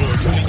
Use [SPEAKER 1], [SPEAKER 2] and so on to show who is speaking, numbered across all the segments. [SPEAKER 1] tuned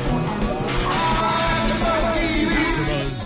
[SPEAKER 1] AfterBuzz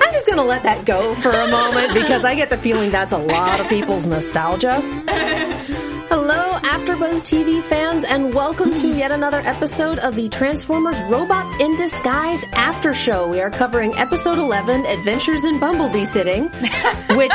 [SPEAKER 2] I'm just going to let that go for a moment because I get the feeling that's a lot of people's nostalgia. Hello, AfterBuzz TV fans, and welcome to yet another episode of the Transformers Robots in Disguise After Show. We are covering Episode 11, Adventures in Bumblebee Sitting, which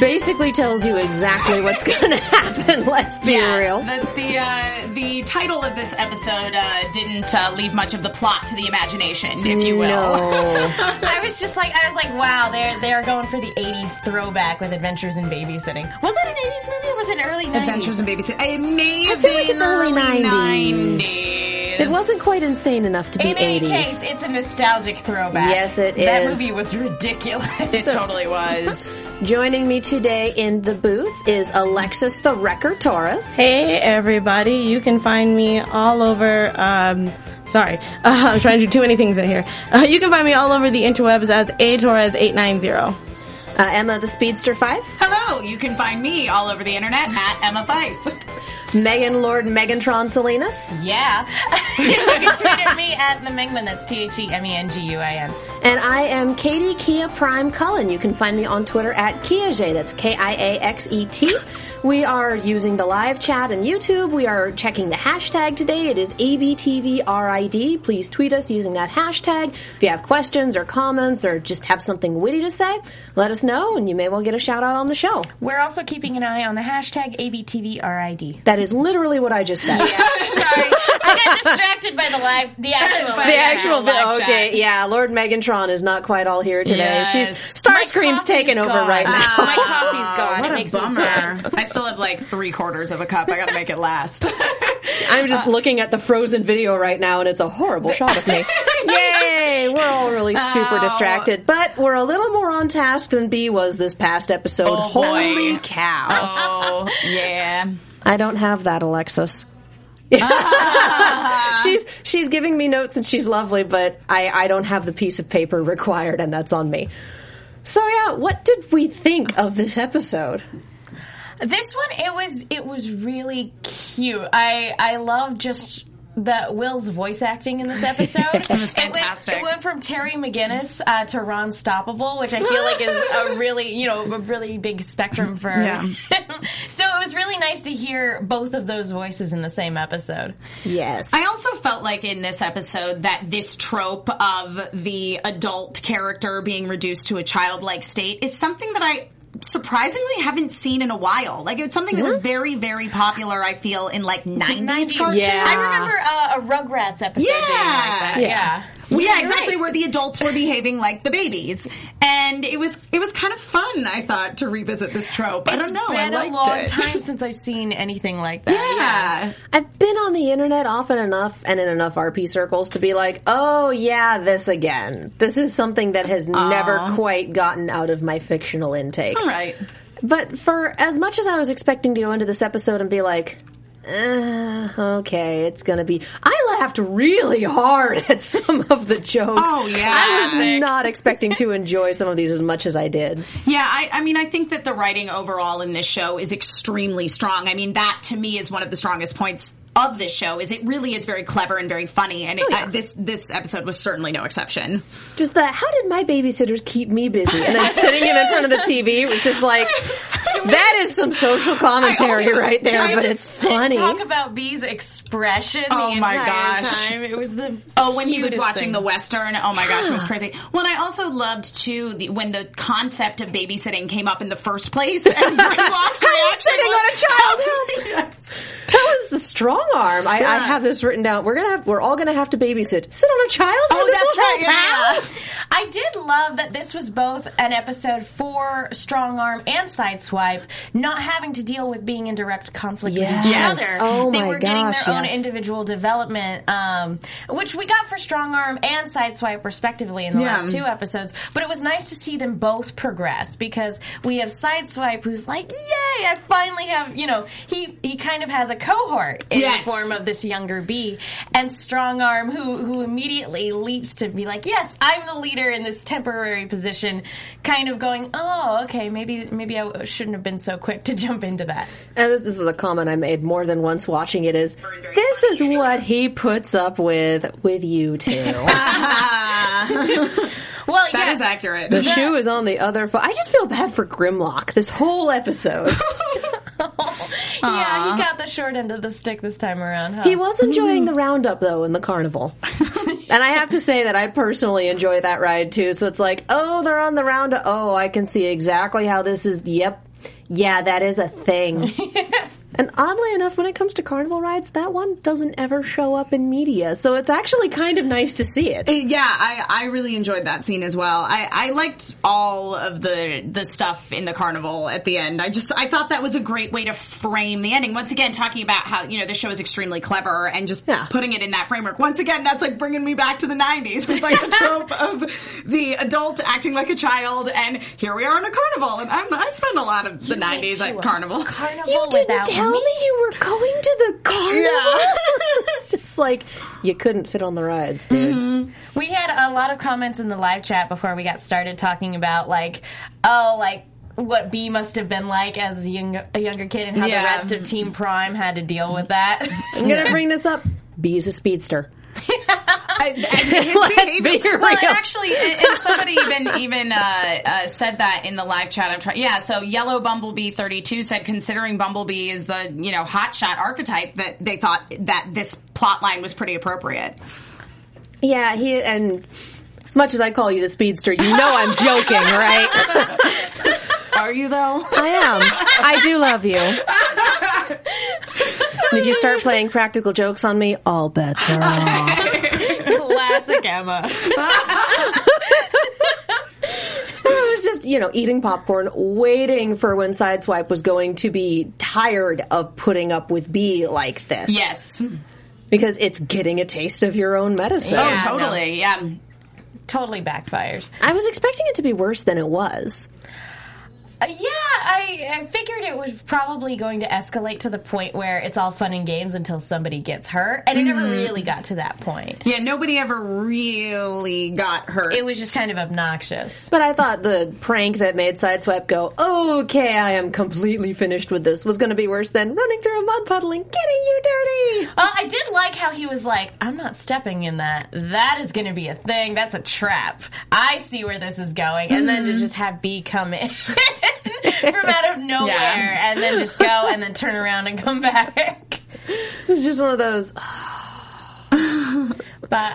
[SPEAKER 2] basically tells you exactly what's going to happen. Let's be real.
[SPEAKER 3] The the, uh, the title of this episode uh, didn't uh, leave much of the plot to the imagination, if you will.
[SPEAKER 2] No.
[SPEAKER 4] I was just like, I was like, wow, they're they're going for the '80s throwback with Adventures in Babysitting. Was that an '80s movie? or Was it early '90s?
[SPEAKER 3] Adventures in Babysitting. It may have
[SPEAKER 2] I feel like
[SPEAKER 3] been
[SPEAKER 2] it's early 90s.
[SPEAKER 3] 90s.
[SPEAKER 2] It wasn't quite insane enough to be
[SPEAKER 4] In any
[SPEAKER 2] 80s.
[SPEAKER 4] case, it's a nostalgic throwback.
[SPEAKER 2] Yes, it
[SPEAKER 4] it is. that
[SPEAKER 2] is.
[SPEAKER 4] movie was ridiculous.
[SPEAKER 3] It totally was.
[SPEAKER 2] Joining me today in the booth is Alexis the Wrecker Taurus. uh,
[SPEAKER 5] Hey everybody, you can find me all over. Um, sorry, uh, I'm trying to do too many things in here. Uh, you can find me all over the interwebs as A Torres 890
[SPEAKER 2] Uh, Emma the Speedster 5.
[SPEAKER 3] Hello, you can find me all over the internet at Emma Fife.
[SPEAKER 2] Megan Lord Megantron Salinas.
[SPEAKER 4] yeah. you can tweet at me at the Mengman. That's T H E M E N G U I N.
[SPEAKER 2] And I am Katie Kia Prime Cullen. You can find me on Twitter at Kiaxet. That's K-I-A-X-E-T. E We are using the live chat and YouTube. We are checking the hashtag today. It is ABTVRID. Please tweet us using that hashtag. If you have questions or comments or just have something witty to say, let us know and you may well get a shout out on the show.
[SPEAKER 4] We're also keeping an eye on the hashtag ABTVRID.
[SPEAKER 2] That is literally what I just said.
[SPEAKER 4] Sorry, I got distracted by the live, the actual,
[SPEAKER 3] By
[SPEAKER 2] The
[SPEAKER 3] Yeah,
[SPEAKER 2] actual oh,
[SPEAKER 3] live chat.
[SPEAKER 2] okay, yeah. Lord Megantron is is not quite all here today.
[SPEAKER 3] Yes.
[SPEAKER 2] She's
[SPEAKER 4] My
[SPEAKER 2] Starscream's
[SPEAKER 4] coffee's
[SPEAKER 2] taken over
[SPEAKER 4] gone.
[SPEAKER 2] right now.
[SPEAKER 4] My coffee's gone.
[SPEAKER 3] What
[SPEAKER 4] it
[SPEAKER 3] a
[SPEAKER 4] makes me sad.
[SPEAKER 3] bummer. I still have like three quarters of a cup. I gotta make it last. Uh,
[SPEAKER 2] I'm just looking at the frozen video right now, and it's a horrible shot of me. Yay! We're all really
[SPEAKER 3] Oh.
[SPEAKER 2] super distracted, but we're a little more on task than B was this past episode.
[SPEAKER 3] Oh, boy.
[SPEAKER 2] Holy cow!
[SPEAKER 3] oh yeah.
[SPEAKER 2] I don't have that, Alexis. she's she's giving me notes and she's lovely, but I I don't have the piece of paper required, and that's on me. So yeah, what did we think of this episode?
[SPEAKER 4] This one, it was it was really cute. I I love just the Will's voice acting in this episode. it
[SPEAKER 3] was fantastic.
[SPEAKER 4] It went, from Terry McGinnis uh, to Ron Stoppable, which I feel like is a really you know a really big spectrum for.
[SPEAKER 3] Yeah.
[SPEAKER 4] so it was really nice to hear both of those voices in the same episode.
[SPEAKER 2] Yes,
[SPEAKER 3] I also felt like in this episode that this trope of the adult character being reduced to a childlike state is something that I surprisingly haven't seen in a while. Like it's something that
[SPEAKER 4] Mm-hmm.
[SPEAKER 3] was very, very popular. I feel in like nineties cartoons.
[SPEAKER 2] Yeah.
[SPEAKER 4] I remember uh, a Rugrats episode. being
[SPEAKER 2] Uh,
[SPEAKER 4] like that.
[SPEAKER 3] Yeah.
[SPEAKER 4] yeah.
[SPEAKER 3] Well, yeah, exactly. Where the adults were behaving like the babies, and it was it was kind of fun. I thought to revisit this trope. I don't know.
[SPEAKER 4] It's
[SPEAKER 3] I
[SPEAKER 4] been
[SPEAKER 3] liked
[SPEAKER 4] a long
[SPEAKER 3] it.
[SPEAKER 4] time since I've seen anything like
[SPEAKER 3] Yeah.
[SPEAKER 4] that.
[SPEAKER 2] I've been on the internet often enough and in enough RP circles to be like, oh yeah, this again. This is something that has never quite gotten out of my fictional intake.
[SPEAKER 3] All right.
[SPEAKER 2] But for as much as I was expecting to go into this episode and be like, eh, okay, it's gonna be. I laughed really hard at some of the jokes.
[SPEAKER 3] Oh, yeah.
[SPEAKER 2] I was
[SPEAKER 3] Classic.
[SPEAKER 2] not expecting to enjoy some of these as much as I did.
[SPEAKER 3] Yeah, I, I mean, I think that the writing overall in this show is extremely strong. I mean, that to me is one of the strongest points of this show. Is it really is very clever and very funny, and it, uh, this this episode was certainly no exception.
[SPEAKER 2] Just the how did my babysitters keep me busy? And then sitting him in front of the TV was just like, That is some social commentary
[SPEAKER 3] I also
[SPEAKER 2] right there,
[SPEAKER 3] tried
[SPEAKER 2] but
[SPEAKER 3] to
[SPEAKER 2] it's funny.
[SPEAKER 4] Talk about B's expression
[SPEAKER 3] Oh
[SPEAKER 4] the
[SPEAKER 3] my
[SPEAKER 4] entire
[SPEAKER 3] gosh.
[SPEAKER 4] time. It was the
[SPEAKER 3] Oh, when he was
[SPEAKER 4] cutest
[SPEAKER 3] watching
[SPEAKER 4] thing.
[SPEAKER 3] the western. Oh my gosh, it was crazy. Well, and I also loved too the, when the concept of babysitting came up in the first place. And Bryn Locke's reaction
[SPEAKER 2] sitting
[SPEAKER 3] was,
[SPEAKER 2] on a child. That was the strong arm. I, I
[SPEAKER 3] Yeah.
[SPEAKER 2] have this written down. We're gonna have, we're all gonna have to babysit. Sit on a child.
[SPEAKER 3] Oh,
[SPEAKER 2] This
[SPEAKER 3] that's
[SPEAKER 2] will
[SPEAKER 3] right.
[SPEAKER 2] help.
[SPEAKER 3] Yeah.
[SPEAKER 4] I did love that this was both an episode for Strong Arm and Sideswipe, not having to deal with being in direct conflict with each
[SPEAKER 2] Yes.
[SPEAKER 4] other.
[SPEAKER 2] Oh
[SPEAKER 4] they
[SPEAKER 2] my
[SPEAKER 4] were getting
[SPEAKER 2] gosh,
[SPEAKER 4] their own
[SPEAKER 2] yes.
[SPEAKER 4] individual development, um, which we got for Strong Arm and Sideswipe respectively in the
[SPEAKER 3] Yeah.
[SPEAKER 4] last two episodes. But it was nice to see them both progress because we have Sideswipe who's like, "Yay! I finally have you know he he kind of has a cohort in
[SPEAKER 3] Yes.
[SPEAKER 4] the form of this younger B and strong arm who who immediately leaps to be like yes I'm the leader in this temporary position kind of going oh okay maybe maybe I w- shouldn't have been so quick to jump into that
[SPEAKER 2] And this, this is a comment I made more than once watching it. Is this is what he puts up with with you two?
[SPEAKER 4] well
[SPEAKER 3] That
[SPEAKER 4] yeah,
[SPEAKER 3] is accurate.
[SPEAKER 2] The shoe is on the other foot. I just feel bad for Grimlock this whole episode.
[SPEAKER 4] yeah he got the short end of the stick this time around huh?
[SPEAKER 2] He was enjoying the roundup though in the carnival. and I have to say that I personally enjoy that ride too. So it's like, oh, they're on the roundup. Oh, I can see exactly how this is. Yep. Yeah, that is a thing. and oddly enough, when it comes to carnival rides, that one doesn't ever show up in media. So it's actually kind of nice to see it.
[SPEAKER 3] Yeah, I, I really enjoyed that scene as well. I, I liked all of the the stuff in the carnival at the end. I just I thought that was a great way to frame the ending. Once again, talking about how you know the show is extremely clever and just
[SPEAKER 2] Yeah.
[SPEAKER 3] putting it in that framework. Once again, that's like bringing me back to the '90s with like the trope of the adult acting like a child, and here we are in a carnival. And I'm, I spend a lot of the '90s
[SPEAKER 4] to
[SPEAKER 3] at
[SPEAKER 4] a
[SPEAKER 3] carnival.
[SPEAKER 4] carnival
[SPEAKER 2] You didn't
[SPEAKER 4] without
[SPEAKER 2] tell me. you were going to the carnival. it's just like you couldn't fit on the rides, dude.
[SPEAKER 4] We had a lot of comments in the live chat before we got started talking about like, oh, like what B must have been like as a, young, a younger kid and how
[SPEAKER 3] Yeah.
[SPEAKER 4] the rest of Team Prime had to deal with that.
[SPEAKER 2] I'm gonna bring this up. B is a speedster.
[SPEAKER 3] and and his
[SPEAKER 2] Let's
[SPEAKER 3] behavior.
[SPEAKER 2] be
[SPEAKER 3] well, and
[SPEAKER 2] real.
[SPEAKER 3] actually, and and somebody even even uh, uh, said that in the live chat. I'm trying. Yeah, so Yellow Bumblebee 32 said, considering Bumblebee is the you know hotshot archetype, that they thought that this plot line was pretty appropriate.
[SPEAKER 2] Yeah, he and as much as I call you the speedster, you know I'm joking, right?
[SPEAKER 3] Are you though?
[SPEAKER 2] I am. I do love you. And if you start playing practical jokes on me, all bets are off.
[SPEAKER 4] Classic Emma.
[SPEAKER 2] I was just, you know, eating popcorn, waiting for when Sideswipe was going to be tired of putting up with B like this.
[SPEAKER 3] Yes.
[SPEAKER 2] Because it's getting a taste of your own medicine.
[SPEAKER 3] Oh,
[SPEAKER 4] no.
[SPEAKER 3] totally. Yeah.
[SPEAKER 4] Totally backfires.
[SPEAKER 2] I was expecting it to be worse than it was.
[SPEAKER 4] Uh, yeah, I, I figured it was probably going to escalate to the point where it's all fun and games until somebody gets hurt, and it never really got to that point.
[SPEAKER 3] Yeah. Nobody ever really got hurt.
[SPEAKER 4] It was just kind of obnoxious.
[SPEAKER 2] But I thought the prank that made Sideswipe go, okay, I am completely finished with this, was going to be worse than running through a mud puddle and getting you dirty.
[SPEAKER 4] Uh, I did like how he was like, I'm not stepping in that. That is going to be a thing. That's a trap. I see where this is going. And then to just have B come in from out of
[SPEAKER 3] Mm-hmm.
[SPEAKER 4] nowhere
[SPEAKER 3] Yeah.
[SPEAKER 4] and then just go and then turn around and come back.
[SPEAKER 2] It was just one of those,
[SPEAKER 4] But,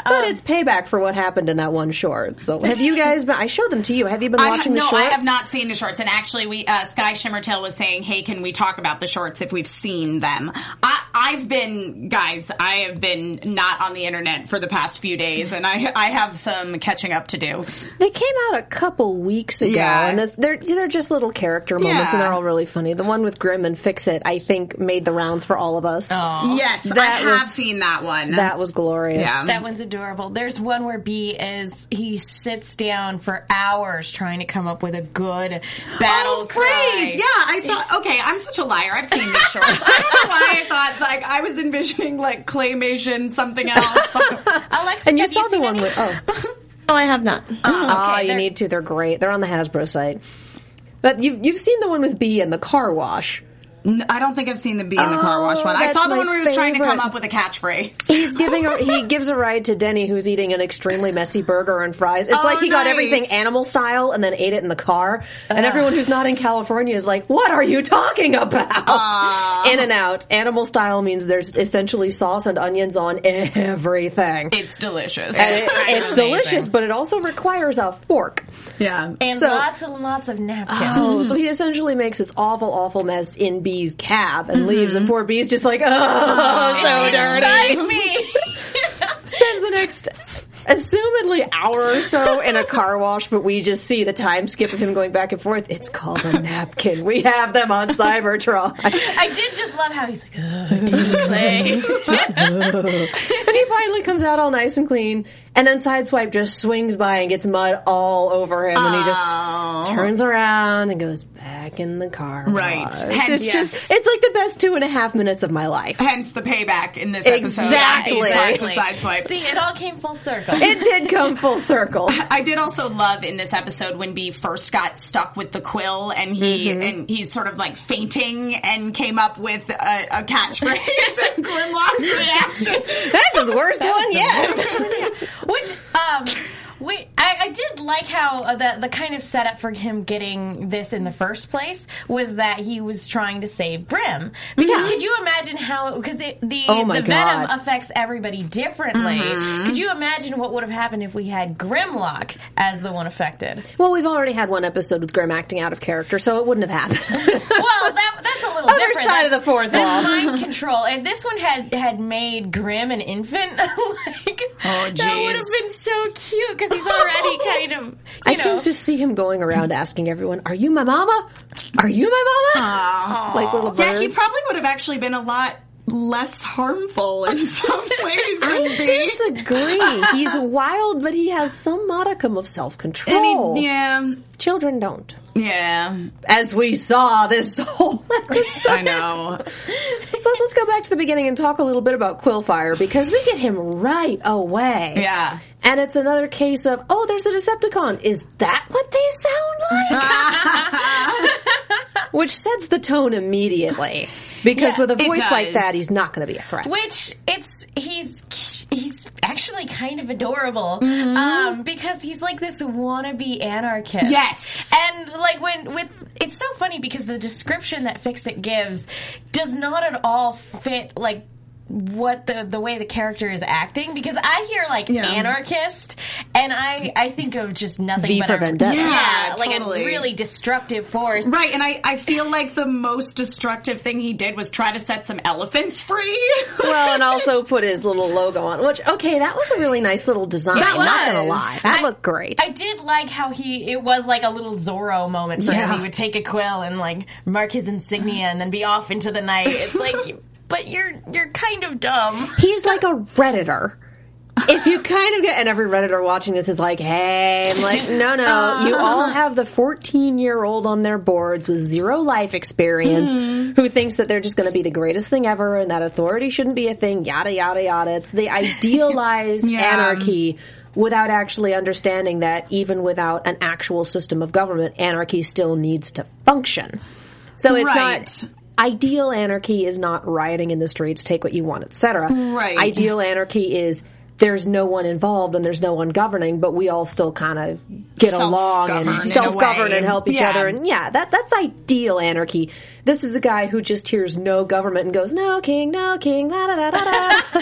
[SPEAKER 4] um,
[SPEAKER 2] but it's payback for what happened in that one short. So have you guys been, I showed them to you. Have you been
[SPEAKER 3] I ha-
[SPEAKER 2] watching
[SPEAKER 3] no,
[SPEAKER 2] the shorts?
[SPEAKER 3] I have not seen the shorts. And actually, we uh, Sky Shimmertail was saying, "Hey, can we talk about the shorts if we've seen them?" I, I've been, guys, I have been not on the internet for the past few days, and I I have some catching up to do.
[SPEAKER 2] They came out a couple weeks ago,
[SPEAKER 3] Yeah.
[SPEAKER 2] and this, they're they're just little character moments, and
[SPEAKER 3] Yeah.
[SPEAKER 2] they're all really funny. The one with Grim and Fix It, I think, made the rounds for all of us.
[SPEAKER 3] yes, I
[SPEAKER 2] That
[SPEAKER 3] have
[SPEAKER 2] was-
[SPEAKER 3] seen that one.
[SPEAKER 2] That was glorious.
[SPEAKER 3] yeah.
[SPEAKER 4] that one's adorable. There's one where B is, he sits down for hours trying to come up with a good battle
[SPEAKER 3] Oh,
[SPEAKER 4] cry.
[SPEAKER 3] praise! Yeah, I saw. Okay, I'm such a liar. I've seen these shorts. I don't know why I thought like I was envisioning like claymation, something else.
[SPEAKER 4] Alexis,
[SPEAKER 2] And you
[SPEAKER 4] have
[SPEAKER 2] saw the
[SPEAKER 4] seen
[SPEAKER 2] one
[SPEAKER 4] any?
[SPEAKER 2] with oh.
[SPEAKER 5] No, I have not.
[SPEAKER 2] Ah, you
[SPEAKER 4] they're-
[SPEAKER 2] need to. They're great. They're on the Hasbro site. But you've you've seen the one with B and the car wash.
[SPEAKER 3] N- I don't think I've seen the bee in the car wash one. I
[SPEAKER 2] Oh, that's
[SPEAKER 3] saw the
[SPEAKER 2] my
[SPEAKER 3] one where he was trying to come
[SPEAKER 2] favorite.
[SPEAKER 3] up with a catchphrase.
[SPEAKER 2] He's giving a, he gives a ride to Denny, who's eating an extremely messy burger and fries. It's
[SPEAKER 3] Oh,
[SPEAKER 2] like he got
[SPEAKER 3] nice.
[SPEAKER 2] everything animal style and then ate it in the car. And everyone who's not in California is like, "What are you talking about?" In and out. Animal style means there's essentially sauce and onions on everything.
[SPEAKER 3] It's delicious.
[SPEAKER 2] and it, it's delicious, but it also requires a fork.
[SPEAKER 3] yeah.
[SPEAKER 4] and
[SPEAKER 2] so-
[SPEAKER 4] lots and lots of napkins.
[SPEAKER 3] Ah.
[SPEAKER 2] Oh, so he essentially makes this awful, awful mess in Bee's cab and leaves, and poor Bee's just like, oh, so dirty.
[SPEAKER 4] me.
[SPEAKER 2] Spends the next, assumedly, hour or so in a car wash, but we just see the time skip of him going back and forth. It's called a napkin. We have them on Cybertron.
[SPEAKER 4] I did just love how he's like, Ugh, team play.
[SPEAKER 2] And he finally comes out all nice and clean, and then Sideswipe just swings by and gets mud all over him, and he just turns around and goes back in the car.
[SPEAKER 3] Right.
[SPEAKER 2] wash.
[SPEAKER 3] Hence-
[SPEAKER 2] It's just it's like the best two and a half minutes of my life.
[SPEAKER 3] Hence the payback in this episode. I
[SPEAKER 2] Exactly.
[SPEAKER 3] came back to
[SPEAKER 4] Exactly.
[SPEAKER 3] Sideswipe.
[SPEAKER 4] See, it all came full circle.
[SPEAKER 2] It did come full circle.
[SPEAKER 3] I did also love in this episode when Bee first got stuck with the quill and he and he's sort of like fainting and came up with a, a catchphrase and Grimlock's reaction.
[SPEAKER 2] That's his worst one yet.
[SPEAKER 4] Which, um, we, I, I did like how uh, the, the kind of setup for him getting this in the first place was that he was trying to save Grim. Because
[SPEAKER 2] Yeah.
[SPEAKER 4] could you imagine how, because it, the,
[SPEAKER 2] Oh my
[SPEAKER 4] the venom
[SPEAKER 2] God. Mm-hmm.
[SPEAKER 4] affects everybody differently. Could you imagine what would have happened if we had Grimlock as the one affected?
[SPEAKER 2] Well, we've already had one episode with Grim acting out of character, so it wouldn't have happened.
[SPEAKER 4] well, that, that's a little
[SPEAKER 2] Other
[SPEAKER 4] different.
[SPEAKER 2] side
[SPEAKER 4] That's-
[SPEAKER 2] of the fourth
[SPEAKER 4] that's
[SPEAKER 2] wall.
[SPEAKER 4] mind control. If this one had had made Grim an infant, like
[SPEAKER 2] Oh,
[SPEAKER 4] that
[SPEAKER 3] jeez.
[SPEAKER 4] would have been so cute because he's already kind of you
[SPEAKER 2] I
[SPEAKER 4] know.
[SPEAKER 2] can just see him going around asking everyone, "Are you my mama? Are you my mama?" Like little bird.
[SPEAKER 3] Yeah, he probably would have actually been a lot less harmful in some ways than
[SPEAKER 2] I
[SPEAKER 3] Bee.
[SPEAKER 2] disagree. He's wild, but he has some modicum of self control.
[SPEAKER 3] And he- yeah,
[SPEAKER 2] Children don't.
[SPEAKER 3] yeah,
[SPEAKER 2] As we saw this whole episode.
[SPEAKER 3] I know.
[SPEAKER 2] So let's go back to the beginning and talk a little bit about Quillfire because we get him right away.
[SPEAKER 3] Yeah.
[SPEAKER 2] And it's another case of, oh, there's a Decepticon. Is that what they sound like? Which sets the tone immediately. Because
[SPEAKER 4] Yeah,
[SPEAKER 2] with a
[SPEAKER 3] it
[SPEAKER 2] voice like
[SPEAKER 3] does.
[SPEAKER 2] that, he's not going to be a threat.
[SPEAKER 4] Which it's he's he's actually kind of adorable
[SPEAKER 3] Mm-hmm.
[SPEAKER 4] um, because he's like this wannabe anarchist.
[SPEAKER 3] Yes.
[SPEAKER 4] and like when with it's so funny because the description that Fixit gives does not at all fit like what the the way the character is acting because I hear like
[SPEAKER 3] Yeah.
[SPEAKER 4] anarchist and I I think of just nothing
[SPEAKER 2] V
[SPEAKER 4] but
[SPEAKER 2] for
[SPEAKER 4] a-
[SPEAKER 2] Vendetta.
[SPEAKER 4] yeah,
[SPEAKER 3] Yeah,
[SPEAKER 4] like a
[SPEAKER 3] totally.
[SPEAKER 4] really destructive force
[SPEAKER 3] Right, and I, I feel like the most destructive thing he did was try to set some elephants free.
[SPEAKER 2] well, and also put his little logo on, which, okay, that was a really nice little design.
[SPEAKER 3] That
[SPEAKER 2] Not going to
[SPEAKER 3] was.
[SPEAKER 2] lie. That looked great.
[SPEAKER 4] I did like how he it was like a little Zorro moment for
[SPEAKER 2] Yeah.
[SPEAKER 4] him. He would take a quill and like mark his insignia and then be off into the night. It's like but you're you're kind of dumb.
[SPEAKER 2] He's like a redditor. If you kind of get, and every redditor watching this is like, "Hey," I'm like, "No, no, you all have the 14 year old on their boards with zero life experience who thinks that they're just going to be the greatest thing ever and that authority shouldn't be a thing." Yada yada yada. It's the idealized
[SPEAKER 3] Yeah.
[SPEAKER 2] anarchy without actually understanding that even without an actual system of government, anarchy still needs to function. So it's
[SPEAKER 3] Right.
[SPEAKER 2] not ideal anarchy is not rioting in the streets, take what you want, etc.
[SPEAKER 3] Right.
[SPEAKER 2] Ideal anarchy is there's no one involved and there's no one governing, but we all still kind of get along
[SPEAKER 3] Self-govern
[SPEAKER 2] and
[SPEAKER 3] in a
[SPEAKER 2] self-govern
[SPEAKER 3] way.
[SPEAKER 2] and help each
[SPEAKER 3] Yeah.
[SPEAKER 2] other. And yeah, that that's ideal anarchy. This is a guy who just hears no government and goes, "No king, no king, da da da da da."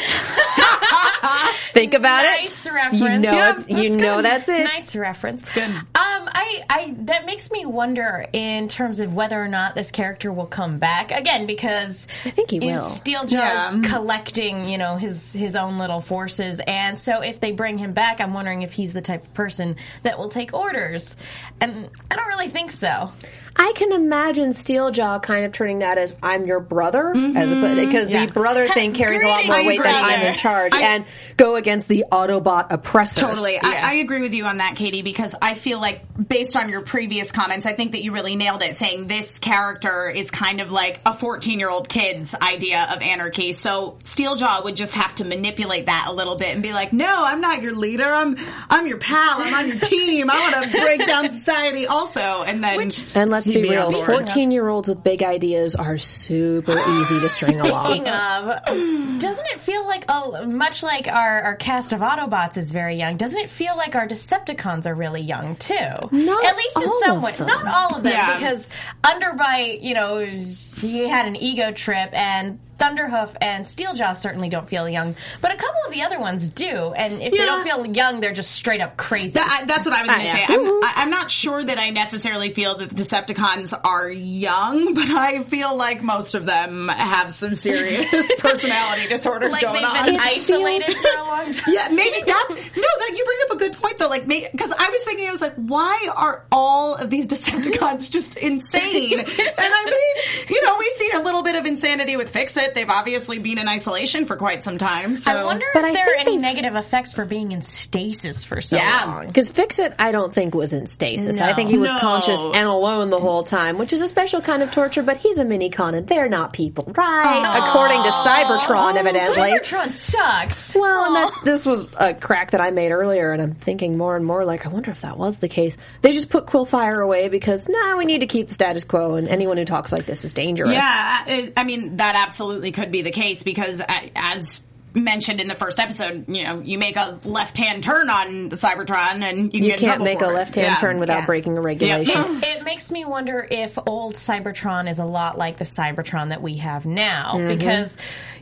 [SPEAKER 2] Think about
[SPEAKER 4] Nice
[SPEAKER 2] it.
[SPEAKER 4] reference.
[SPEAKER 2] You know,
[SPEAKER 4] Yeah,
[SPEAKER 2] it's, you know that's it.
[SPEAKER 4] Nice reference. Good. Um, I, I that makes me wonder in terms of whether or not this character will come back again because I
[SPEAKER 2] think he will.
[SPEAKER 4] Steeljaw
[SPEAKER 3] Yeah.
[SPEAKER 4] is collecting, you know, his his own little forces, and so if they bring him back, I'm wondering if he's the type of person that will take orders, and I don't really think so.
[SPEAKER 2] I can imagine Steeljaw kind of turning that as "I'm your brother," as
[SPEAKER 3] Mm-hmm.
[SPEAKER 2] because
[SPEAKER 4] Yeah.
[SPEAKER 2] the brother thing carries a lot more
[SPEAKER 4] Greetings,
[SPEAKER 2] weight than "I'm
[SPEAKER 4] brother.
[SPEAKER 2] in charge"
[SPEAKER 3] I-
[SPEAKER 2] and go against the Autobot oppressors.
[SPEAKER 3] Totally. I, I agree with you on that, Katie, because I feel like based on your previous comments, I think that you really nailed it saying this character is kind of like a 14 year old kid's idea of anarchy. So Steeljaw would just have to manipulate that a little bit and be like, no, I'm not your leader. I'm, I'm your pal. I'm on your team. I want to break down society also. And then,
[SPEAKER 2] And let's
[SPEAKER 3] he'd
[SPEAKER 2] be
[SPEAKER 3] on
[SPEAKER 2] real,
[SPEAKER 3] board.
[SPEAKER 2] 14 year olds with big ideas are super easy to string along.
[SPEAKER 4] Speaking of, doesn't it feel like a, much like our, our cast of Autobots is very young? Doesn't it feel like our Decepticons are really young too?
[SPEAKER 2] Not
[SPEAKER 4] at least in
[SPEAKER 2] all
[SPEAKER 4] some
[SPEAKER 2] of
[SPEAKER 4] way.
[SPEAKER 2] them.
[SPEAKER 4] Not all of them,
[SPEAKER 3] Yeah.
[SPEAKER 4] because Underbite, you know, he had an ego trip and. Thunderhoof and Steeljaw certainly don't feel young, but a couple of the other ones do. And if they
[SPEAKER 3] Yeah.
[SPEAKER 4] don't feel young, they're just straight up crazy.
[SPEAKER 3] That- I- that's what I was going to say.
[SPEAKER 4] yeah.
[SPEAKER 3] I'm, I- I'm not sure that I necessarily feel that the Decepticons are young, but I feel like most of them have some serious personality disorders
[SPEAKER 4] like
[SPEAKER 3] going
[SPEAKER 4] they've
[SPEAKER 3] on.
[SPEAKER 4] been
[SPEAKER 2] It
[SPEAKER 4] isolated
[SPEAKER 2] feels-
[SPEAKER 4] for a
[SPEAKER 3] Oh.
[SPEAKER 4] long time.
[SPEAKER 3] Yeah, maybe that's no. That you bring up a good point though. Like, because I was thinking, I was like, why are all of these Decepticons just insane? and I mean, you know, we see a little bit of insanity with Fix It. They've obviously been in isolation for quite some time. So
[SPEAKER 4] I wonder
[SPEAKER 2] But
[SPEAKER 4] if
[SPEAKER 2] I
[SPEAKER 4] there are
[SPEAKER 2] think
[SPEAKER 4] any
[SPEAKER 2] they-
[SPEAKER 4] negative effects for being in stasis for so
[SPEAKER 3] Yeah.
[SPEAKER 4] long.
[SPEAKER 2] Because Fix It, I don't think was in stasis. I
[SPEAKER 4] No.
[SPEAKER 2] think he was
[SPEAKER 3] No.
[SPEAKER 2] conscious and alone the whole time, which is a special kind of torture. But he's a mini con, and they're not people, right? According to Cybertron, evidently.
[SPEAKER 4] Cybertron sucks.
[SPEAKER 2] Well, and that's this was a crack that I made earlier, and I'm thinking more and more like, I wonder if that was the case. They just put Quillfire away because nah, we need to keep the status quo, and anyone who talks like this is dangerous.
[SPEAKER 3] Yeah, I, I mean that absolutely could be the case because I, as mentioned in the first episode, you know, you make a left-hand turn on Cybertron and you, can
[SPEAKER 2] you
[SPEAKER 3] get in
[SPEAKER 2] can't
[SPEAKER 3] trouble
[SPEAKER 2] make a
[SPEAKER 3] for it.
[SPEAKER 2] left hand
[SPEAKER 3] Yeah.
[SPEAKER 2] turn without
[SPEAKER 4] yeah.
[SPEAKER 2] breaking a regulation.
[SPEAKER 4] It makes me wonder if old Cybertron is a lot like the Cybertron that we have now
[SPEAKER 2] Mm-hmm.
[SPEAKER 4] because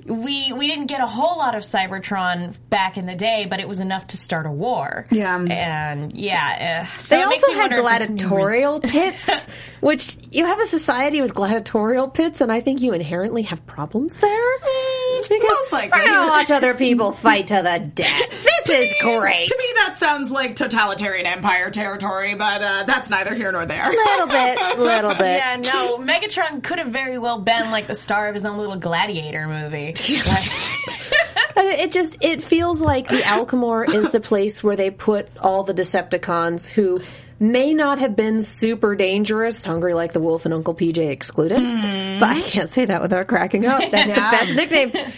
[SPEAKER 4] we we didn't get a whole lot of Cybertron back in the day, but it was enough to start a war.
[SPEAKER 3] Yeah.
[SPEAKER 4] and yeah. uh, so
[SPEAKER 2] They
[SPEAKER 4] it makes
[SPEAKER 2] also
[SPEAKER 4] me
[SPEAKER 2] had
[SPEAKER 4] wonder if this new
[SPEAKER 2] gladiatorial pits, which you have a society with gladiatorial pits, and I think you inherently have problems there. Because
[SPEAKER 3] most likely.
[SPEAKER 2] we're gonna watch other people fight to the death. This is great.
[SPEAKER 3] To me, that sounds like totalitarian empire territory, but uh, that's neither here nor there.
[SPEAKER 2] little bit, little bit.
[SPEAKER 4] Yeah, no. Megatron could have very well been like the star of his own little gladiator movie. Like-
[SPEAKER 2] And it just it feels like the Alchemor is the place where they put all the Decepticons who may not have been super dangerous, hungry like the wolf and Uncle PJ excluded. But I can't say that without cracking up. That's the best nickname.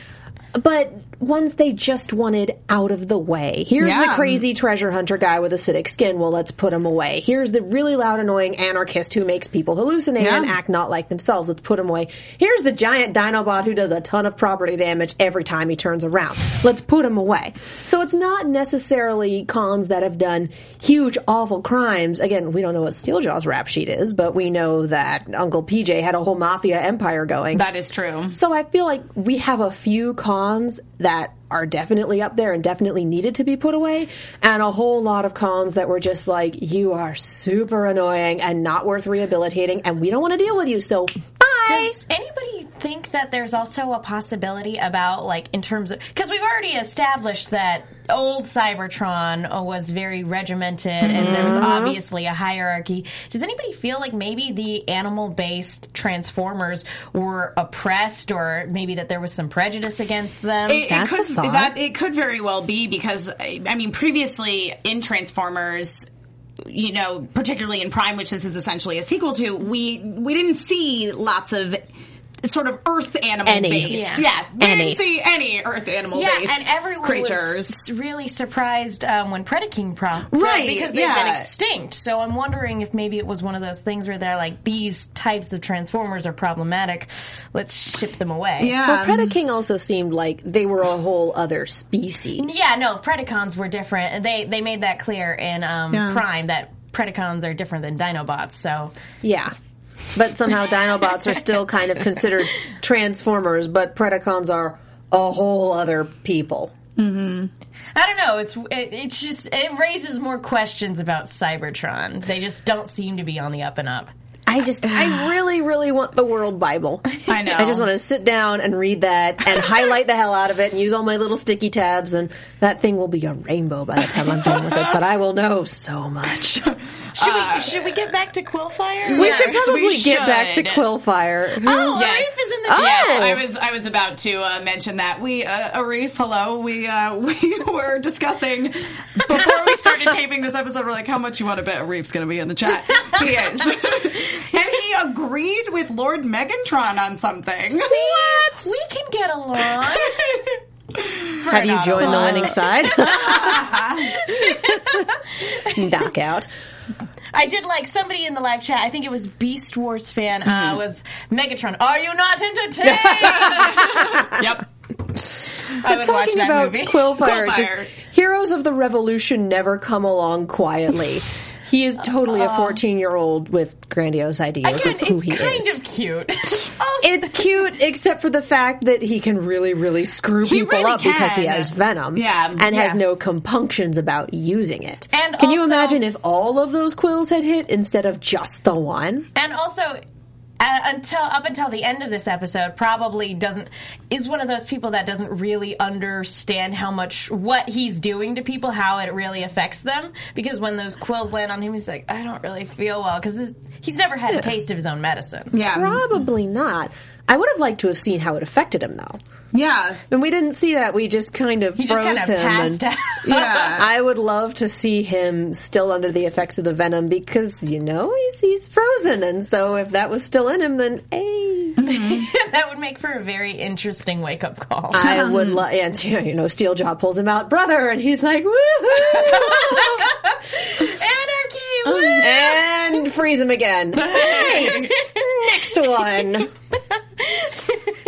[SPEAKER 2] But ones they just wanted out of the way. Here's the
[SPEAKER 3] Yeah.
[SPEAKER 2] crazy treasure hunter guy with acidic skin. Well, let's put him away. Here's the really loud, annoying anarchist who makes people hallucinate and
[SPEAKER 3] Yeah.
[SPEAKER 2] act not like themselves. Let's put him away. Here's the giant Dinobot who does a ton of property damage every time he turns around. Let's put him away. So it's not necessarily cons that have done huge, awful crimes. Again, we don't know what Steeljaw's rap sheet is, but we know that Uncle PJ had a whole mafia empire going.
[SPEAKER 3] That is true.
[SPEAKER 2] So I feel like we have a few cons that are definitely up there and definitely needed to be put away, and a whole lot of cons that were just like, you are super annoying and not worth rehabilitating, and we don't want to deal with you, so bye!
[SPEAKER 4] Does anybody think that there's also a possibility about like in terms of because we've already established that old Cybertron uh, was very regimented and there was obviously a hierarchy. Does anybody feel like maybe the animal-based Transformers were oppressed or maybe that there was some prejudice against them?
[SPEAKER 3] It-
[SPEAKER 2] That's
[SPEAKER 3] it
[SPEAKER 2] a
[SPEAKER 3] could,
[SPEAKER 2] thought.
[SPEAKER 3] That it could very well be because I I mean, previously in Transformers. You know, particularly in Prime, which this is essentially a sequel to, we we didn't see lots of sort of Earth animal
[SPEAKER 2] Any.
[SPEAKER 3] based. Yeah, we
[SPEAKER 2] Any.
[SPEAKER 3] didn't see any Earth animal
[SPEAKER 4] yeah,
[SPEAKER 3] based
[SPEAKER 4] and everyone
[SPEAKER 3] creatures.
[SPEAKER 4] was really surprised um, when Predaking prompted
[SPEAKER 3] Right,
[SPEAKER 4] because they've been
[SPEAKER 3] yeah.
[SPEAKER 4] extinct. So I'm wondering if maybe it was one of those things where they're like, these types of Transformers are problematic. Let's ship them away.
[SPEAKER 3] yeah,
[SPEAKER 2] Predaking also seemed like they were a whole other species.
[SPEAKER 4] Yeah, no, Predacons were different. And They they made that clear in um, Prime that Predacons are different than Dinobots. So
[SPEAKER 2] Yeah. But somehow Dinobots are still kind of considered Transformers, but Predacons are a whole other people.
[SPEAKER 4] I don't know. It's it, it's just it raises more questions about Cybertron. They just don't seem to be on the up and up.
[SPEAKER 2] I I just, I really, really want the World Bible.
[SPEAKER 3] I know.
[SPEAKER 2] I just want to sit down and read that and highlight the hell out of it and use all my little sticky tabs, and that thing will be a rainbow by the time I'm done with it. But I will know so much.
[SPEAKER 4] Should, we, should we get back to Quillfire?
[SPEAKER 2] We
[SPEAKER 3] Yes,
[SPEAKER 2] should probably
[SPEAKER 3] we
[SPEAKER 2] get back to
[SPEAKER 3] should.
[SPEAKER 2] Quillfire. who-
[SPEAKER 4] Oh,
[SPEAKER 3] Yes.
[SPEAKER 4] Arif is in the
[SPEAKER 2] Oh.
[SPEAKER 4] chat.
[SPEAKER 3] Yes, I was I was about to uh, mention that we uh, Arif, hello. We uh, we were discussing before we started taping this episode. We're like, how much you want to bet Arif's going to be in the chat? He is, and he agreed with Lord Megantron on something.
[SPEAKER 4] See, We can get along.
[SPEAKER 2] Have you
[SPEAKER 4] not
[SPEAKER 2] joined the
[SPEAKER 4] alone.
[SPEAKER 2] winning side? Knockout.
[SPEAKER 4] I did like somebody in the live chat. I think it was Beast Wars fan.
[SPEAKER 2] Mm-hmm.
[SPEAKER 4] Uh, was Megatron? Are you not entertained?
[SPEAKER 3] Yep.
[SPEAKER 4] I would watch
[SPEAKER 2] Talking
[SPEAKER 4] that
[SPEAKER 2] about
[SPEAKER 4] movie.
[SPEAKER 2] Quillfire,
[SPEAKER 3] Quillfire.
[SPEAKER 2] just heroes of the revolution never come along quietly. He is totally a 14 year old with grandiose ideas
[SPEAKER 4] Uh, Again,
[SPEAKER 2] of who
[SPEAKER 4] it's
[SPEAKER 2] he
[SPEAKER 4] kind
[SPEAKER 2] is.
[SPEAKER 4] of cute.
[SPEAKER 2] it's cute, except for the fact that he can really, really screw
[SPEAKER 3] He
[SPEAKER 2] people
[SPEAKER 3] really
[SPEAKER 2] up because he
[SPEAKER 3] can.
[SPEAKER 2] has venom
[SPEAKER 3] Yeah,
[SPEAKER 2] and has
[SPEAKER 4] yeah.
[SPEAKER 2] no compunctions about using it.
[SPEAKER 4] And
[SPEAKER 2] can you
[SPEAKER 4] also-
[SPEAKER 2] imagine if all of those quills had hit instead of just the one?
[SPEAKER 4] and also uh, until up until the end of this episode probably doesn't is one of those people that doesn't really understand how much what he's doing to people how it really affects them because when those quills land on him he's like i don't really feel well because he's never had a taste of his own medicine
[SPEAKER 3] Yeah.
[SPEAKER 2] Probably not. I would have liked to have seen how it affected him, though.
[SPEAKER 3] Yeah.
[SPEAKER 2] And we didn't see that. We just kind of
[SPEAKER 4] just
[SPEAKER 2] froze
[SPEAKER 4] kind of
[SPEAKER 2] him.
[SPEAKER 4] passed
[SPEAKER 2] and-
[SPEAKER 4] out
[SPEAKER 3] Yeah.
[SPEAKER 2] I would love to see him still under the effects of the venom because you know he's he's frozen, and so if that was still in him, then hey,
[SPEAKER 4] that would make for a very interesting wake-up call
[SPEAKER 2] I would love. And you know, Steeljaw pulls him out, brother, and he's like, woohoo!
[SPEAKER 4] anarchy woo!
[SPEAKER 2] and freeze him again. Right. Next one.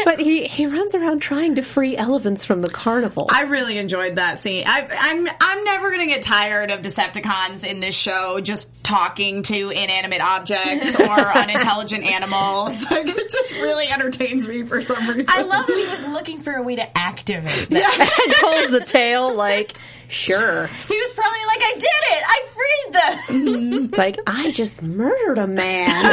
[SPEAKER 2] But he, he runs around trying to free elephants from the carnival.
[SPEAKER 3] I really enjoyed that scene. I, I'm I'm never gonna get tired of Decepticons in this show just talking to inanimate objects or unintelligent animals. Like, it just really entertains me for some reason.
[SPEAKER 4] I love that he was looking for a way to activate that.
[SPEAKER 2] and holds the tail like, sure.
[SPEAKER 4] He was probably like, I did it! I freed them!
[SPEAKER 2] It's like, I just murdered a man.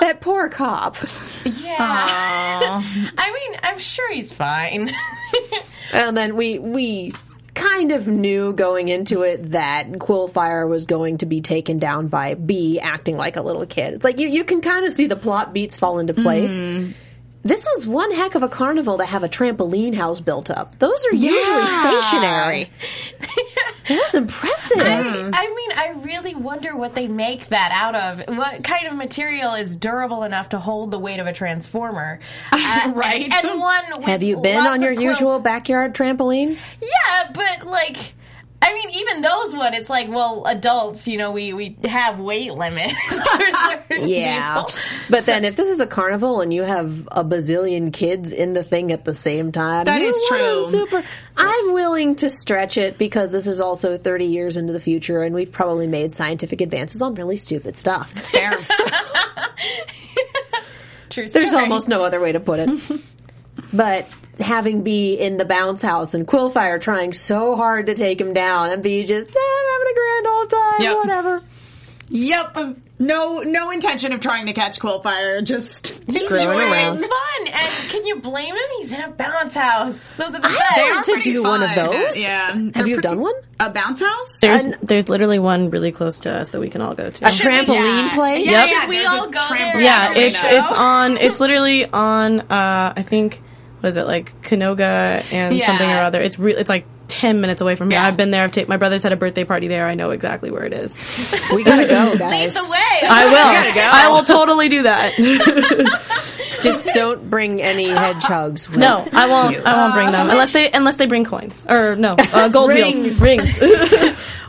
[SPEAKER 2] that poor cop. Mm-hmm.
[SPEAKER 4] Yeah. I mean, I'm sure he's fine.
[SPEAKER 2] Mm-hmm. And then we we kind of knew going into it that Quillfire was going to be taken down by B acting like a little kid. It's like you, you can kind of see the plot beats fall into place.
[SPEAKER 4] Mm.
[SPEAKER 2] This was one heck of a carnival to have a trampoline house built up. Those are usually
[SPEAKER 3] Yeah.
[SPEAKER 2] stationary. That's impressive.
[SPEAKER 4] I mean, I really wonder what they make that out of. What kind of material is durable enough to hold the weight of a transformer? Uh,
[SPEAKER 3] Right.
[SPEAKER 4] And, and one. With
[SPEAKER 2] have you been
[SPEAKER 4] lots
[SPEAKER 2] on
[SPEAKER 4] of
[SPEAKER 2] your
[SPEAKER 4] quills-
[SPEAKER 2] usual backyard trampoline?
[SPEAKER 4] Yeah, but like. I mean, even those one, it's like, well, adults, you know, we, we have weight limits for certain
[SPEAKER 2] Yeah.
[SPEAKER 4] people.
[SPEAKER 2] But then if this is a carnival and you have a bazillion kids in the thing at the same time,
[SPEAKER 3] That
[SPEAKER 2] you
[SPEAKER 3] is
[SPEAKER 2] want 'em
[SPEAKER 3] true.
[SPEAKER 2] Super. I'm willing to stretch it because this is also 30 years into the future and we've probably made scientific advances on really stupid stuff.
[SPEAKER 3] Fair.
[SPEAKER 4] True story.
[SPEAKER 2] There's almost no other way to put it. but having B in the bounce house and Quillfire trying so hard to take him down and B just, "Nah, I'm having a grand old time,
[SPEAKER 3] Yep.
[SPEAKER 2] whatever.
[SPEAKER 3] yep. um, No no intention of trying to catch Quillfire. Just
[SPEAKER 4] He's
[SPEAKER 2] Screwing
[SPEAKER 4] just having
[SPEAKER 2] around.
[SPEAKER 4] fun, and can you blame him? He's in a bounce house. Those are the
[SPEAKER 2] I
[SPEAKER 4] best.
[SPEAKER 3] They are
[SPEAKER 2] want to
[SPEAKER 3] pretty
[SPEAKER 2] do one of
[SPEAKER 3] fun.
[SPEAKER 2] those.
[SPEAKER 3] Yeah.
[SPEAKER 2] Have
[SPEAKER 3] They're
[SPEAKER 2] you
[SPEAKER 3] pretty-
[SPEAKER 2] done one?
[SPEAKER 3] a bounce house.
[SPEAKER 5] There's there's literally one really close to us that we can all go to.
[SPEAKER 2] A trampoline
[SPEAKER 3] Yeah.
[SPEAKER 2] place?
[SPEAKER 3] Yeah,
[SPEAKER 4] Yep.
[SPEAKER 3] yeah,
[SPEAKER 4] Should we
[SPEAKER 3] there's a
[SPEAKER 4] all go
[SPEAKER 3] trampoline
[SPEAKER 4] there?
[SPEAKER 5] yeah,
[SPEAKER 4] Arena.
[SPEAKER 5] it's it's on. It's literally on. Uh, I think what is it like Canoga and
[SPEAKER 3] Yeah.
[SPEAKER 5] something or other. It's re- it's like ten minutes away from here.
[SPEAKER 3] Yeah.
[SPEAKER 5] I've been there. I've taken my brother's had a birthday party there. I know exactly where it is.
[SPEAKER 2] We gotta go, guys.
[SPEAKER 4] Lead the way.
[SPEAKER 5] I will. I will totally do that.
[SPEAKER 2] Just don't bring any hedgehogs. With
[SPEAKER 5] No, I won't.
[SPEAKER 2] You.
[SPEAKER 5] I won't bring them unless they unless they bring coins or no uh, gold rings. Rings.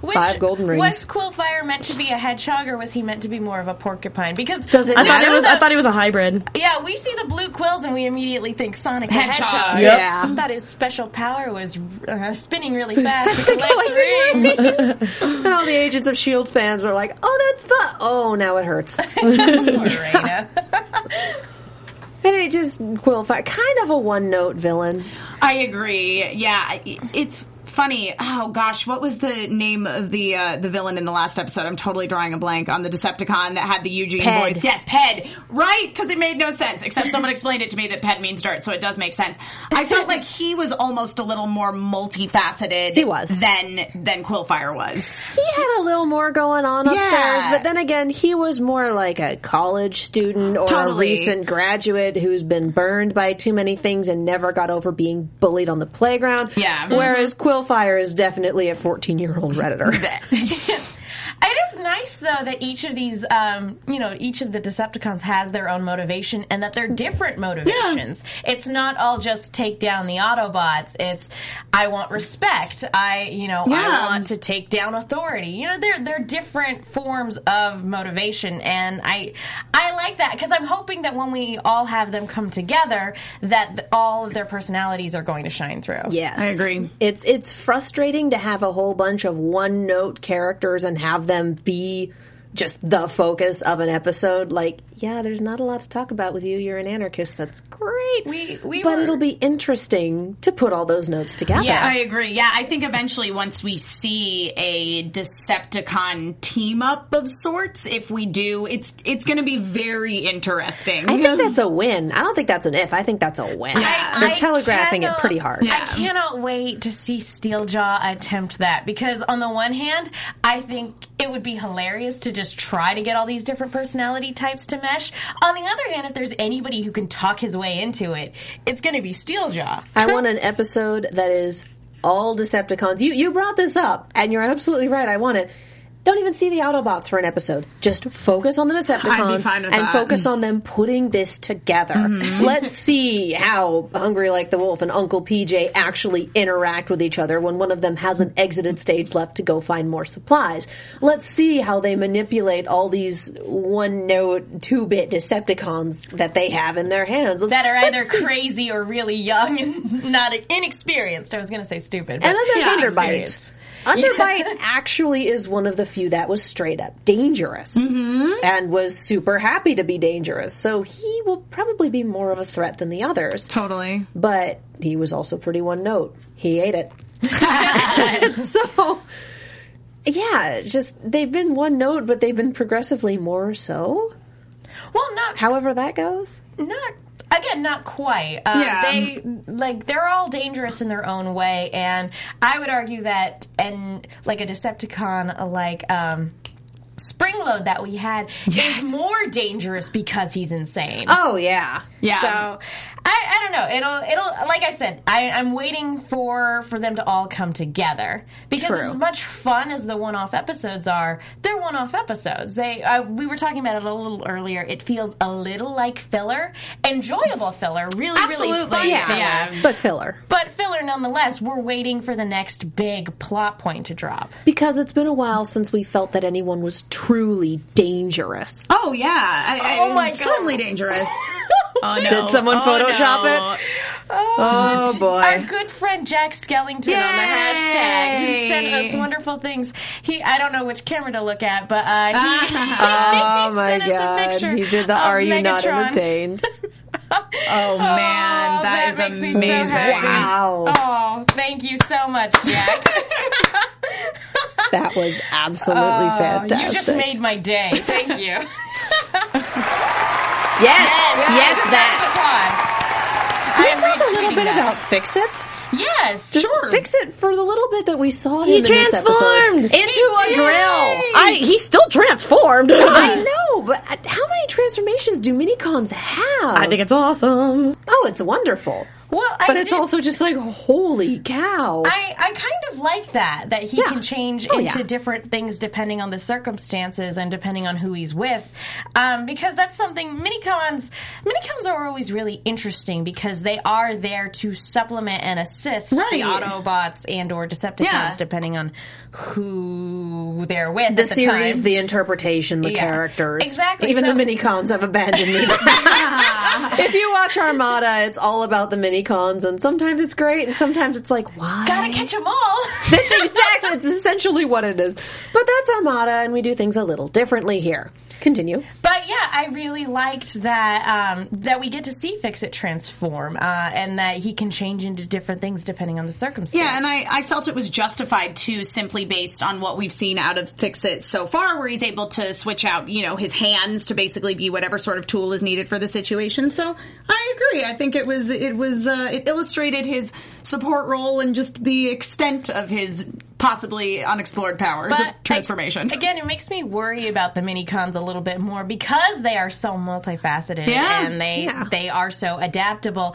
[SPEAKER 4] Which,
[SPEAKER 2] Five golden rings.
[SPEAKER 4] Was Quillfire meant to be a hedgehog, or was he meant to be more of a porcupine? Because
[SPEAKER 2] Does it
[SPEAKER 5] I thought
[SPEAKER 2] matter?
[SPEAKER 5] it was. I thought it was a hybrid.
[SPEAKER 4] yeah, we see the blue quills and we immediately think Sonic the
[SPEAKER 3] Hedgehog.
[SPEAKER 4] Hedgehog.
[SPEAKER 2] Yep. Yeah.
[SPEAKER 4] I thought his special power was uh, spinning really fast. to collect rings.
[SPEAKER 2] and all the Agents of Shield E fans were like, "Oh, that's fun! Oh, now it hurts." and
[SPEAKER 4] Poor Raina.
[SPEAKER 2] it just Quillfire, kind of a one-note villain.
[SPEAKER 3] I agree. Yeah, I- it's funny. Oh gosh, what was the name of the uh, the villain in the last episode? I'm totally drawing a blank on the Decepticon that had the Eugene
[SPEAKER 2] Ped.
[SPEAKER 3] voice. Yes, Ped. Right, because it made no sense. Except someone explained it to me that Ped means dirt, so it does make sense. I felt like he was almost a little more multifaceted.
[SPEAKER 2] He was.
[SPEAKER 3] than than Quillfire was.
[SPEAKER 2] He had a little more going on upstairs,
[SPEAKER 3] Yeah.
[SPEAKER 2] but then again, he was more like a college student or
[SPEAKER 3] Totally.
[SPEAKER 2] a recent graduate who's been burned by too many things and never got over being bullied on the playground.
[SPEAKER 3] Yeah.
[SPEAKER 2] Whereas Quillfire is definitely a 14 year old Redditor.
[SPEAKER 4] It is nice though that each of these, um, you know, each of the Decepticons has their own motivation and that they're different motivations. It's not all just take down the Autobots. It's I want respect. I, you know,
[SPEAKER 3] Yeah.
[SPEAKER 4] I want to take down authority. You know, they're they're different forms of motivation, and I I like that because I'm hoping that when we all have them come together, that th- all of their personalities are going to shine through.
[SPEAKER 2] yes.
[SPEAKER 3] I agree.
[SPEAKER 2] It's it's frustrating to have a whole bunch of one note characters and have them be just the focus of an episode. Like, yeah, there's not a lot to talk about with you. You're an anarchist. That's great.
[SPEAKER 4] We- we
[SPEAKER 2] but
[SPEAKER 4] were-
[SPEAKER 2] it'll be interesting to put all those notes together.
[SPEAKER 4] Yeah.
[SPEAKER 3] I agree. Yeah, I think eventually once we see a Decepticon team up of sorts, if we do, it's it's going to be very interesting.
[SPEAKER 2] I think that's a win. I don't think that's an if. I think that's a win. They're
[SPEAKER 4] I
[SPEAKER 2] telegraphing it
[SPEAKER 4] cannot-
[SPEAKER 2] pretty hard.
[SPEAKER 4] I cannot wait to see Steeljaw attempt that because, on the one hand, I think it would be hilarious to just try to get all these different personality types to mesh. On the other hand, if there's anybody who can talk his way into it, it's going to be Steeljaw.
[SPEAKER 2] I want an episode that is all Decepticons. You you brought this up, and you're absolutely right. I want it. Don't even see the Autobots for an episode. Just focus on the Decepticons
[SPEAKER 3] fine
[SPEAKER 2] and
[SPEAKER 3] with that. Mm-hmm.
[SPEAKER 2] focus on them putting this together. Let's see how Hungry Like the Wolf and Uncle PJ actually interact with each other when one of them hasn't exited stage left to go find more supplies. Let's see how they manipulate all these one note, two bit Decepticons that they have in their hands. Let's-
[SPEAKER 4] That are
[SPEAKER 2] let's
[SPEAKER 4] either crazy or really young and not inexperienced. I was going to say stupid. But
[SPEAKER 2] And then there's
[SPEAKER 4] not
[SPEAKER 2] Underbite.
[SPEAKER 4] experienced.
[SPEAKER 2] Underbite actually is one of the few that was straight up dangerous
[SPEAKER 3] Mm-hmm.
[SPEAKER 2] and was super happy to be dangerous. So he will probably be more of a threat than the others.
[SPEAKER 3] totally.
[SPEAKER 2] But he was also pretty one note. He ate it. so yeah, just they've been one note, but they've been progressively more so.
[SPEAKER 4] Well, not
[SPEAKER 2] However that goes.
[SPEAKER 4] not again not quite uh,
[SPEAKER 3] Yeah.
[SPEAKER 4] they like they're all dangerous in their own way and i would argue that and like a decepticon uh, like um Springload that we had is more dangerous because he's insane.
[SPEAKER 2] Oh yeah.
[SPEAKER 3] Yeah.
[SPEAKER 4] So I, I don't know. It'll it'll like I said, I, I'm waiting for for them to all come together because
[SPEAKER 3] True.
[SPEAKER 4] as much fun as the one off episodes are, they're one off episodes. They I, we were talking about it a little earlier. It feels a little like filler, enjoyable filler, really really
[SPEAKER 3] Absolutely.
[SPEAKER 4] fun
[SPEAKER 3] Yeah.
[SPEAKER 4] filler.
[SPEAKER 3] Yeah.
[SPEAKER 2] But filler.
[SPEAKER 4] But filler nonetheless. We're waiting for the next big plot point to drop.
[SPEAKER 2] Because it's been a while since we felt that anyone was truly dangerous.
[SPEAKER 3] Oh yeah. I, I,
[SPEAKER 4] Oh, my God.
[SPEAKER 3] certainly dangerous. Oh no.
[SPEAKER 2] Did someone
[SPEAKER 3] Oh,
[SPEAKER 2] Photoshop
[SPEAKER 3] no.
[SPEAKER 2] it? Oh
[SPEAKER 4] Our
[SPEAKER 2] boy.
[SPEAKER 4] good friend Jack Skellington on the
[SPEAKER 3] Yay!
[SPEAKER 4] hashtag who sent us wonderful things. He I don't know which camera to look at, but uh, he,
[SPEAKER 2] Oh
[SPEAKER 4] he
[SPEAKER 2] my
[SPEAKER 4] sent
[SPEAKER 2] god.
[SPEAKER 4] us a picture
[SPEAKER 2] He did the
[SPEAKER 4] of
[SPEAKER 2] Are You Not
[SPEAKER 4] Megatron.
[SPEAKER 2] Entertained?
[SPEAKER 3] Oh man,
[SPEAKER 4] Oh,
[SPEAKER 3] that is
[SPEAKER 4] makes me so
[SPEAKER 3] amazing.
[SPEAKER 4] happy.
[SPEAKER 2] Wow.
[SPEAKER 4] Oh, thank you so much, Jack.
[SPEAKER 2] That was absolutely fantastic.
[SPEAKER 4] Oh, you just made my day. Thank you.
[SPEAKER 2] yes,
[SPEAKER 4] yes,
[SPEAKER 2] yes, that. Can
[SPEAKER 4] Can
[SPEAKER 2] we talk a little bit about Fix It?
[SPEAKER 4] Yes,
[SPEAKER 2] Just
[SPEAKER 4] sure.
[SPEAKER 2] Fix It for the little bit that we saw
[SPEAKER 5] He
[SPEAKER 2] him in this episode.
[SPEAKER 5] transformed!
[SPEAKER 2] into a drill.
[SPEAKER 5] I he still transformed.
[SPEAKER 2] I
[SPEAKER 5] I
[SPEAKER 2] know, but how many transformations do minicons have?
[SPEAKER 5] think it's awesome.
[SPEAKER 2] oh, it's wonderful.
[SPEAKER 4] Well, I
[SPEAKER 2] But it's
[SPEAKER 4] did-
[SPEAKER 2] also just like, holy cow.
[SPEAKER 4] I, I kind of like that that he
[SPEAKER 2] Yeah.
[SPEAKER 4] can change
[SPEAKER 2] Oh,
[SPEAKER 4] into
[SPEAKER 2] yeah.
[SPEAKER 4] different things depending on the circumstances and depending on who he's with, um, because that's something minicons minicons are always really interesting because they are there to supplement and assist the
[SPEAKER 3] Right.
[SPEAKER 4] Autobots and or Decepticons
[SPEAKER 3] Yeah.
[SPEAKER 4] depending on who they're with.
[SPEAKER 2] the,
[SPEAKER 4] at the
[SPEAKER 2] series,
[SPEAKER 4] time.
[SPEAKER 2] the interpretation, the
[SPEAKER 4] Yeah.
[SPEAKER 2] characters.
[SPEAKER 4] Exactly,
[SPEAKER 2] Even
[SPEAKER 4] so-
[SPEAKER 2] the minicons have abandoned me. if you watch Armada, it's all about the mini cons, and sometimes it's great, and sometimes it's like, why?
[SPEAKER 4] Gotta catch them all.
[SPEAKER 2] That's exactly, it's essentially what it is. But that's Armada, and we do things a little differently here. Continue.
[SPEAKER 4] But yeah, I really liked that um, that we get to see Fix It transform, uh, and that he can change into different things depending on the circumstance.
[SPEAKER 3] Yeah, and I, I felt it was justified too, simply based on what we've seen out of Fix It so far, where he's able to switch out, you know, his hands to basically be whatever sort of tool is needed for the situation. So I agree. I think it was it was uh, it illustrated his support role and just the extent of his possibly unexplored powers
[SPEAKER 4] But
[SPEAKER 3] of transformation.
[SPEAKER 4] ag- again, it makes me worry about the mini cons a little bit more because they are so multifaceted
[SPEAKER 3] Yeah.
[SPEAKER 4] and they
[SPEAKER 2] Yeah.
[SPEAKER 4] they are so adaptable.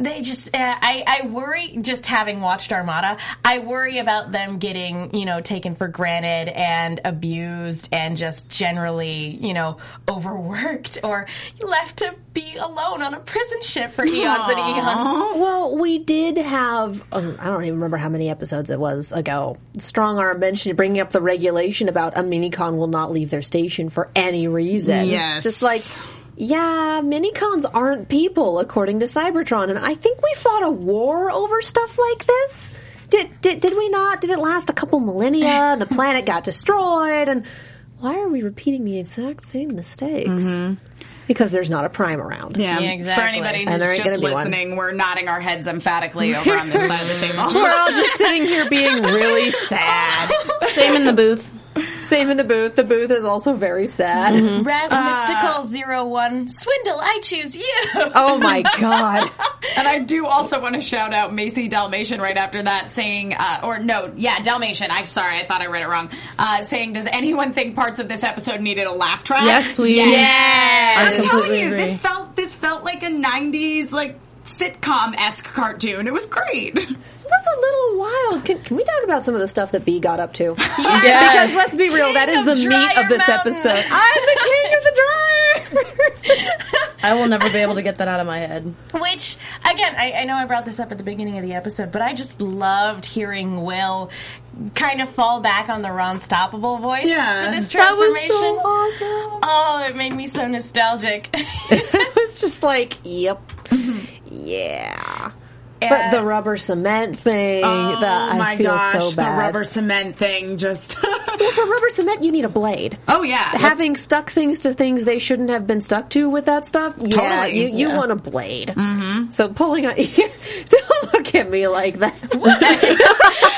[SPEAKER 4] They just, uh, I, I worry. Just having watched Armada, I worry about them getting, you know, taken for granted and abused, and just generally, you know, overworked or left to be alone on a prison ship for eons and eons.
[SPEAKER 2] Well, we did have, um, I don't even remember how many episodes it was ago. Strong Arm mentioned bringing up the regulation about a minicon will not leave their station for any reason.
[SPEAKER 3] Yes.
[SPEAKER 2] Just like, yeah, minicons aren't people, according to Cybertron. And I think we fought a war over stuff like this. Did, did, did we not? Did it last a couple millennia? the planet got destroyed. And why are we repeating the exact same mistakes? Because there's not a prime around.
[SPEAKER 3] Mm-hmm. Yeah,
[SPEAKER 4] Yeah, exactly.
[SPEAKER 3] for anybody
[SPEAKER 2] And there
[SPEAKER 3] who's
[SPEAKER 2] ain't
[SPEAKER 3] just
[SPEAKER 2] gonna be one.
[SPEAKER 3] listening, we're nodding our heads emphatically over on this side of the
[SPEAKER 2] We're
[SPEAKER 3] table.
[SPEAKER 2] all just sitting here being really sad.
[SPEAKER 5] Same in the booth.
[SPEAKER 2] Same in the booth. The booth is also very sad.
[SPEAKER 4] Raz
[SPEAKER 3] Uh,
[SPEAKER 4] Mystical Zero One Swindle, I choose you.
[SPEAKER 2] Oh my god.
[SPEAKER 3] and I do also want to shout out Macy Dalmatian right after that, saying, uh, or no, yeah, Dalmatian. I'm sorry, I thought I read it wrong. Uh, saying, does anyone think parts of this episode needed a laugh track?
[SPEAKER 5] Yes, please.
[SPEAKER 2] Yes.
[SPEAKER 5] I
[SPEAKER 3] I'm telling
[SPEAKER 5] completely
[SPEAKER 3] you,
[SPEAKER 5] agree.
[SPEAKER 3] this felt this felt like a '90s like sitcom esque cartoon. It was great.
[SPEAKER 2] It was a little wild. Can, can we talk about some of the stuff that B got up to?
[SPEAKER 5] Yes.
[SPEAKER 2] Because let's be real, that is
[SPEAKER 4] King of
[SPEAKER 2] the meat of
[SPEAKER 4] Dryer
[SPEAKER 2] this
[SPEAKER 4] Mountain.
[SPEAKER 2] episode. I'm the king of the dryer.
[SPEAKER 5] I will never be able to get that out of my head.
[SPEAKER 4] Which, again, I, I know I brought this up at the beginning of the episode, but I just loved hearing Will kind of fall back on the Ron Stoppable voice
[SPEAKER 3] Yeah.
[SPEAKER 4] for this
[SPEAKER 2] That was
[SPEAKER 4] transformation.
[SPEAKER 2] so awesome.
[SPEAKER 4] Oh, it made me so nostalgic.
[SPEAKER 2] it was just like, yep,
[SPEAKER 3] Mm-hmm.
[SPEAKER 2] yeah. But the rubber cement thing,
[SPEAKER 3] oh
[SPEAKER 2] that I
[SPEAKER 3] my
[SPEAKER 2] feel
[SPEAKER 3] gosh,
[SPEAKER 2] so bad.
[SPEAKER 3] the rubber cement thing just.
[SPEAKER 2] For rubber cement, you need a blade.
[SPEAKER 3] oh yeah,
[SPEAKER 2] having stuck things to things they shouldn't have been stuck to with that stuff. Yeah,
[SPEAKER 3] Totally.
[SPEAKER 2] you, you want a blade. Mm-hmm. So pulling on, don't look at me like that.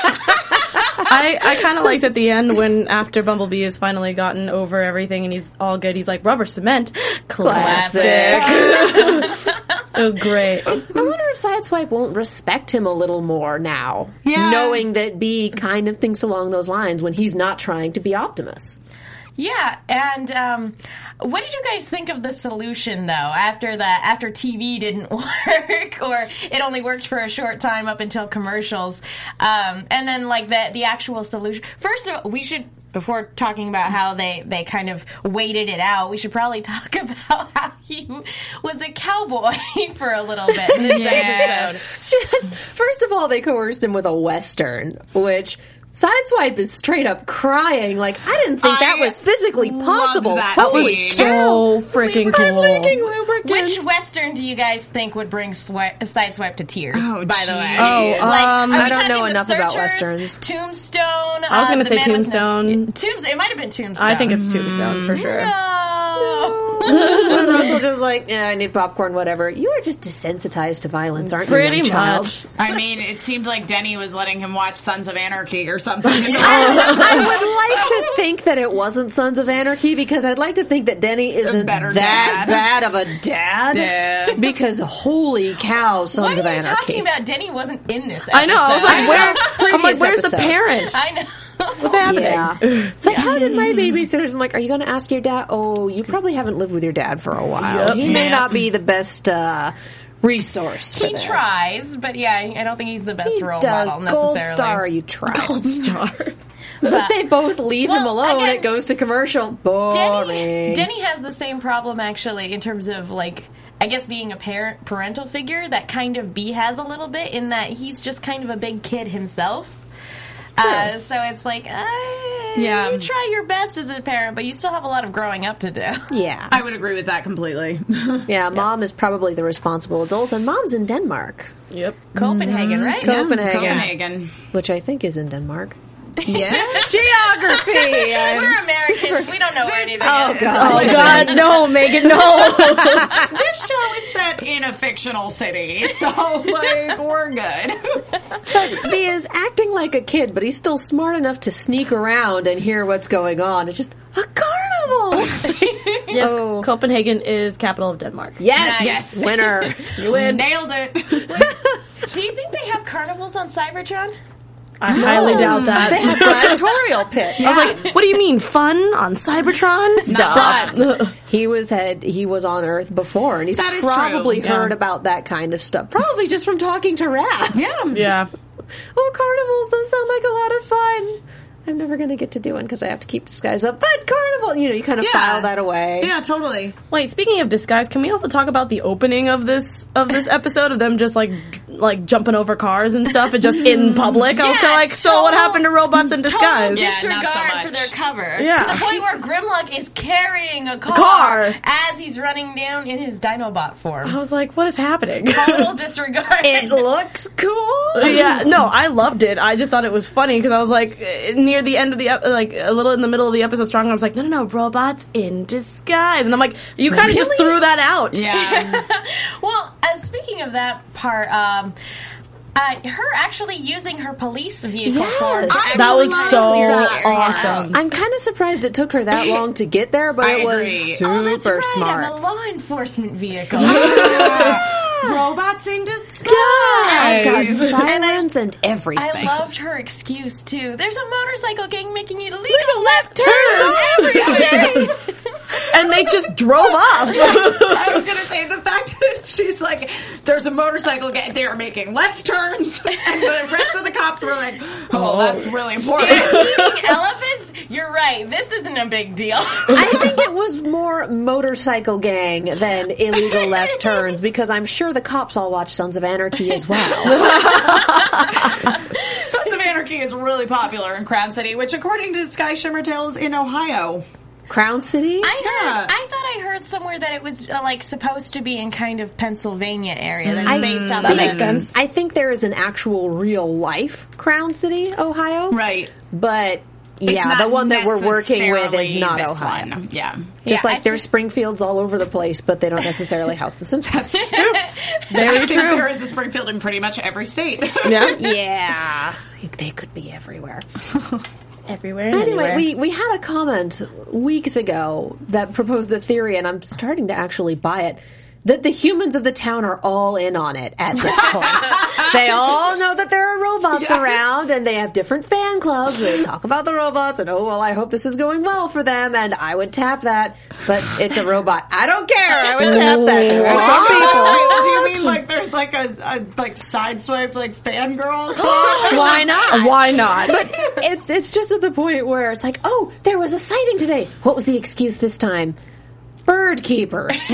[SPEAKER 5] I, I kind of liked at the end when after Bumblebee has finally gotten over everything and he's all good, he's like, rubber cement. Classic. it was great.
[SPEAKER 2] I wonder if Sideswipe won't respect him a little more now,
[SPEAKER 3] Yeah.
[SPEAKER 2] knowing that B kind of thinks along those lines when he's not trying to be Optimus.
[SPEAKER 4] yeah, and um, what did you guys think of the solution though? After the after TV didn't work, or it only worked for a short time up until commercials, um, and then like the the actual solution. First of all, we should. Before talking about how they, they kind of waited it out, we should probably talk about how he was a cowboy for a little bit in this episode.
[SPEAKER 2] First of all, they coerced him with a Western, which. Sideswipe is straight up crying, like, I didn't think that
[SPEAKER 3] I
[SPEAKER 2] was physically
[SPEAKER 3] loved
[SPEAKER 2] possible.
[SPEAKER 3] that
[SPEAKER 5] That was
[SPEAKER 3] Sweet.
[SPEAKER 5] so freaking
[SPEAKER 2] I'm leaking
[SPEAKER 5] cool.
[SPEAKER 2] lubricant.
[SPEAKER 4] Which Western do you guys think would bring swi- Sideswipe to tears?
[SPEAKER 3] Oh,
[SPEAKER 4] by the
[SPEAKER 3] geez.
[SPEAKER 4] way,
[SPEAKER 3] Oh,
[SPEAKER 4] are
[SPEAKER 5] um,
[SPEAKER 4] we
[SPEAKER 5] I
[SPEAKER 2] don't
[SPEAKER 4] talking
[SPEAKER 2] know
[SPEAKER 4] The
[SPEAKER 2] enough about
[SPEAKER 4] Searchers,
[SPEAKER 2] Westerns.
[SPEAKER 4] Tombstone. uh, I
[SPEAKER 5] was gonna say Tombstone.
[SPEAKER 4] Tombs. It might have been Tombstone.
[SPEAKER 5] I think it's Tombstone for sure.
[SPEAKER 4] No.
[SPEAKER 2] And Russell just like, yeah, I need popcorn, whatever. You are just desensitized to violence, aren't
[SPEAKER 5] Pretty
[SPEAKER 2] you? young child?
[SPEAKER 5] much.
[SPEAKER 3] I mean, it seemed like Denny was letting him watch Sons of Anarchy or something.
[SPEAKER 2] Um, I would like to think that it wasn't Sons of Anarchy because I'd like to think that Denny isn't
[SPEAKER 3] better
[SPEAKER 2] that
[SPEAKER 3] dad.
[SPEAKER 2] bad of a dad.
[SPEAKER 3] Yeah.
[SPEAKER 2] Because holy cow,
[SPEAKER 4] Why
[SPEAKER 2] Sons of
[SPEAKER 4] are you
[SPEAKER 2] Anarchy.
[SPEAKER 4] talking about Denny wasn't in this? Episode?
[SPEAKER 5] I know. I was like, where? I'm like,
[SPEAKER 2] Previous
[SPEAKER 5] where's
[SPEAKER 2] episode.
[SPEAKER 5] the parent?
[SPEAKER 4] I know.
[SPEAKER 5] What's happening?
[SPEAKER 2] yeah. It's like, how did my babysitters? I'm like, are you going to ask your dad? Oh, you probably haven't lived with your dad for a while.
[SPEAKER 5] Yep.
[SPEAKER 2] He may
[SPEAKER 4] Yeah.
[SPEAKER 2] not be the best uh, resource for
[SPEAKER 4] He
[SPEAKER 2] this.
[SPEAKER 4] tries, but yeah, I don't think he's the best
[SPEAKER 2] He
[SPEAKER 4] role
[SPEAKER 2] does.
[SPEAKER 4] model necessarily.
[SPEAKER 2] Gold star, you try.
[SPEAKER 5] Gold star.
[SPEAKER 2] But they both leave him
[SPEAKER 4] Well,
[SPEAKER 2] alone.
[SPEAKER 4] again,
[SPEAKER 2] it goes to commercial. Boring.
[SPEAKER 4] Denny, Denny has the same problem actually in terms of like I guess being a parent parental figure that kind of B has a little bit in that he's just kind of a big kid himself. Uh, so it's like uh,
[SPEAKER 3] Yeah.
[SPEAKER 4] you try your best as a parent, but you still have a lot of growing up to do.
[SPEAKER 2] Yeah.
[SPEAKER 3] I would agree with that completely.
[SPEAKER 2] Yeah, mom is probably the responsible adult, and mom's in Denmark,
[SPEAKER 5] Yep.
[SPEAKER 4] Copenhagen, right?
[SPEAKER 2] Copenhagen.
[SPEAKER 3] Copenhagen.
[SPEAKER 2] which I think is in Denmark.
[SPEAKER 3] Yeah.
[SPEAKER 2] Geography! I'm
[SPEAKER 4] We're Americans. We don't know where anything
[SPEAKER 2] Oh,
[SPEAKER 4] is.
[SPEAKER 2] God.
[SPEAKER 5] Oh God, no, Megan, no.
[SPEAKER 3] this show is set in a fictional city, so like we're good.
[SPEAKER 2] But he is acting like a kid, but he's still smart enough to sneak around and hear what's going on. It's just a carnival.
[SPEAKER 5] yes, Copenhagen is capital of Denmark.
[SPEAKER 2] yes,
[SPEAKER 3] Nice.
[SPEAKER 2] winner.
[SPEAKER 5] You win.
[SPEAKER 3] Nailed it.
[SPEAKER 4] Do you think they have carnivals on Cybertron?
[SPEAKER 5] I highly doubt
[SPEAKER 2] Oh. They
[SPEAKER 5] that. Oh,
[SPEAKER 2] have gladiatorial pits.
[SPEAKER 5] I was like, what do you mean fun on Cybertron? Stop.
[SPEAKER 3] But
[SPEAKER 2] He was had he was on Earth before, and he's
[SPEAKER 3] That is
[SPEAKER 2] probably
[SPEAKER 3] true.
[SPEAKER 2] heard about that kind of stuff. Probably just from talking to Raph.
[SPEAKER 3] yeah.
[SPEAKER 5] yeah.
[SPEAKER 2] Oh, carnivals! Those sound like a lot of fun. I'm never going to get to do one because I have to keep disguise up. But carnival, you know, you kind of
[SPEAKER 3] Yeah.
[SPEAKER 2] file that away.
[SPEAKER 3] Yeah, totally.
[SPEAKER 5] Wait, speaking of disguise, can we also talk about the opening of this of this episode of them just like d- like jumping over cars and stuff and just in public? I was kind of like, so what
[SPEAKER 4] total-
[SPEAKER 5] happened to robots in disguise?
[SPEAKER 4] Total
[SPEAKER 3] Yeah, not so
[SPEAKER 4] disregard for
[SPEAKER 3] much.
[SPEAKER 4] their cover.
[SPEAKER 5] Yeah.
[SPEAKER 4] To the point where Grimlock is carrying a car,
[SPEAKER 5] Car.
[SPEAKER 4] as he's running down in his Dinobot
[SPEAKER 5] I
[SPEAKER 4] form.
[SPEAKER 5] was like, what is happening?
[SPEAKER 4] Total disregard.
[SPEAKER 2] It looks cool.
[SPEAKER 5] yeah, no, I loved it. I just thought it was funny because I was like eh, near the end of the ep- like a little in the middle of the episode. Strong arms like, no, no, no, robots in disguise, and I'm like, you kind of just threw that out.
[SPEAKER 3] Yeah.
[SPEAKER 4] well, uh, speaking of that part, um, uh, her actually using her police vehicle
[SPEAKER 2] Yes. Oh,
[SPEAKER 4] form.
[SPEAKER 3] I
[SPEAKER 4] to
[SPEAKER 5] that
[SPEAKER 4] actually
[SPEAKER 5] was
[SPEAKER 3] love
[SPEAKER 5] so
[SPEAKER 4] that.
[SPEAKER 5] awesome.
[SPEAKER 2] I'm kind of surprised it took her that long to get there, but
[SPEAKER 3] I
[SPEAKER 2] it was
[SPEAKER 3] agree.
[SPEAKER 2] super
[SPEAKER 4] Oh, that's right.
[SPEAKER 2] smart.
[SPEAKER 4] I'm a law enforcement vehicle.
[SPEAKER 3] Robots in disguise.
[SPEAKER 2] Got sirens and everything.
[SPEAKER 4] I loved her excuse too. There's a motorcycle gang making it illegal.
[SPEAKER 2] left turn.
[SPEAKER 5] and they just drove off.
[SPEAKER 3] I was gonna say the fact that she's like, there's a motorcycle gang. They are making left turns, and the rest of the cops were like, "Oh, that's really important."
[SPEAKER 4] Eating elephants? You're right. This isn't a big deal.
[SPEAKER 2] I think it was more motorcycle gang than illegal left turns because I'm sure the cops all watch Sons of Anarchy as well.
[SPEAKER 3] Sons of Anarchy is really popular in Crown City, which, according to Sky Shimmertail, is in Ohio.
[SPEAKER 2] Crown City.
[SPEAKER 4] I,
[SPEAKER 3] Yeah.
[SPEAKER 4] heard, I thought I heard somewhere that it was uh, like supposed to be in kind of Pennsylvania area. That's based on
[SPEAKER 2] think-
[SPEAKER 4] the
[SPEAKER 2] Mm-hmm. I think there is an actual real life Crown City, Ohio.
[SPEAKER 3] Right.
[SPEAKER 2] But
[SPEAKER 3] It's
[SPEAKER 2] yeah,
[SPEAKER 3] not
[SPEAKER 2] the one that we're working with is
[SPEAKER 3] necessarily
[SPEAKER 2] not
[SPEAKER 3] this
[SPEAKER 2] Ohio.
[SPEAKER 3] one. Yeah.
[SPEAKER 2] Just
[SPEAKER 4] Yeah,
[SPEAKER 2] like
[SPEAKER 4] I
[SPEAKER 2] there's Springfields all over the place, but they don't necessarily house the Simpsons.
[SPEAKER 3] I
[SPEAKER 5] Very
[SPEAKER 3] think
[SPEAKER 5] true.
[SPEAKER 3] There is a Springfield in pretty much every state.
[SPEAKER 5] Yeah.
[SPEAKER 2] yeah. They could be everywhere.
[SPEAKER 5] Everywhere.
[SPEAKER 2] Anyway, we, we had a comment weeks ago that proposed a theory, and I'm starting to actually buy it. That the humans of the town are all in on it at this point. they all know that there are robots around and they have different fan clubs. They talk about the robots and, oh, well, I hope this is going well for them and I would tap that, but it's a robot. I don't care. I would tap that. There are some people.
[SPEAKER 3] Wait, do you mean like there's like a, a like sideswipe like fangirl club?
[SPEAKER 2] Why not?
[SPEAKER 5] Why not?
[SPEAKER 2] but it's it's just at the point where it's like, oh, there was a sighting today. What was the excuse this time? Bird keepers.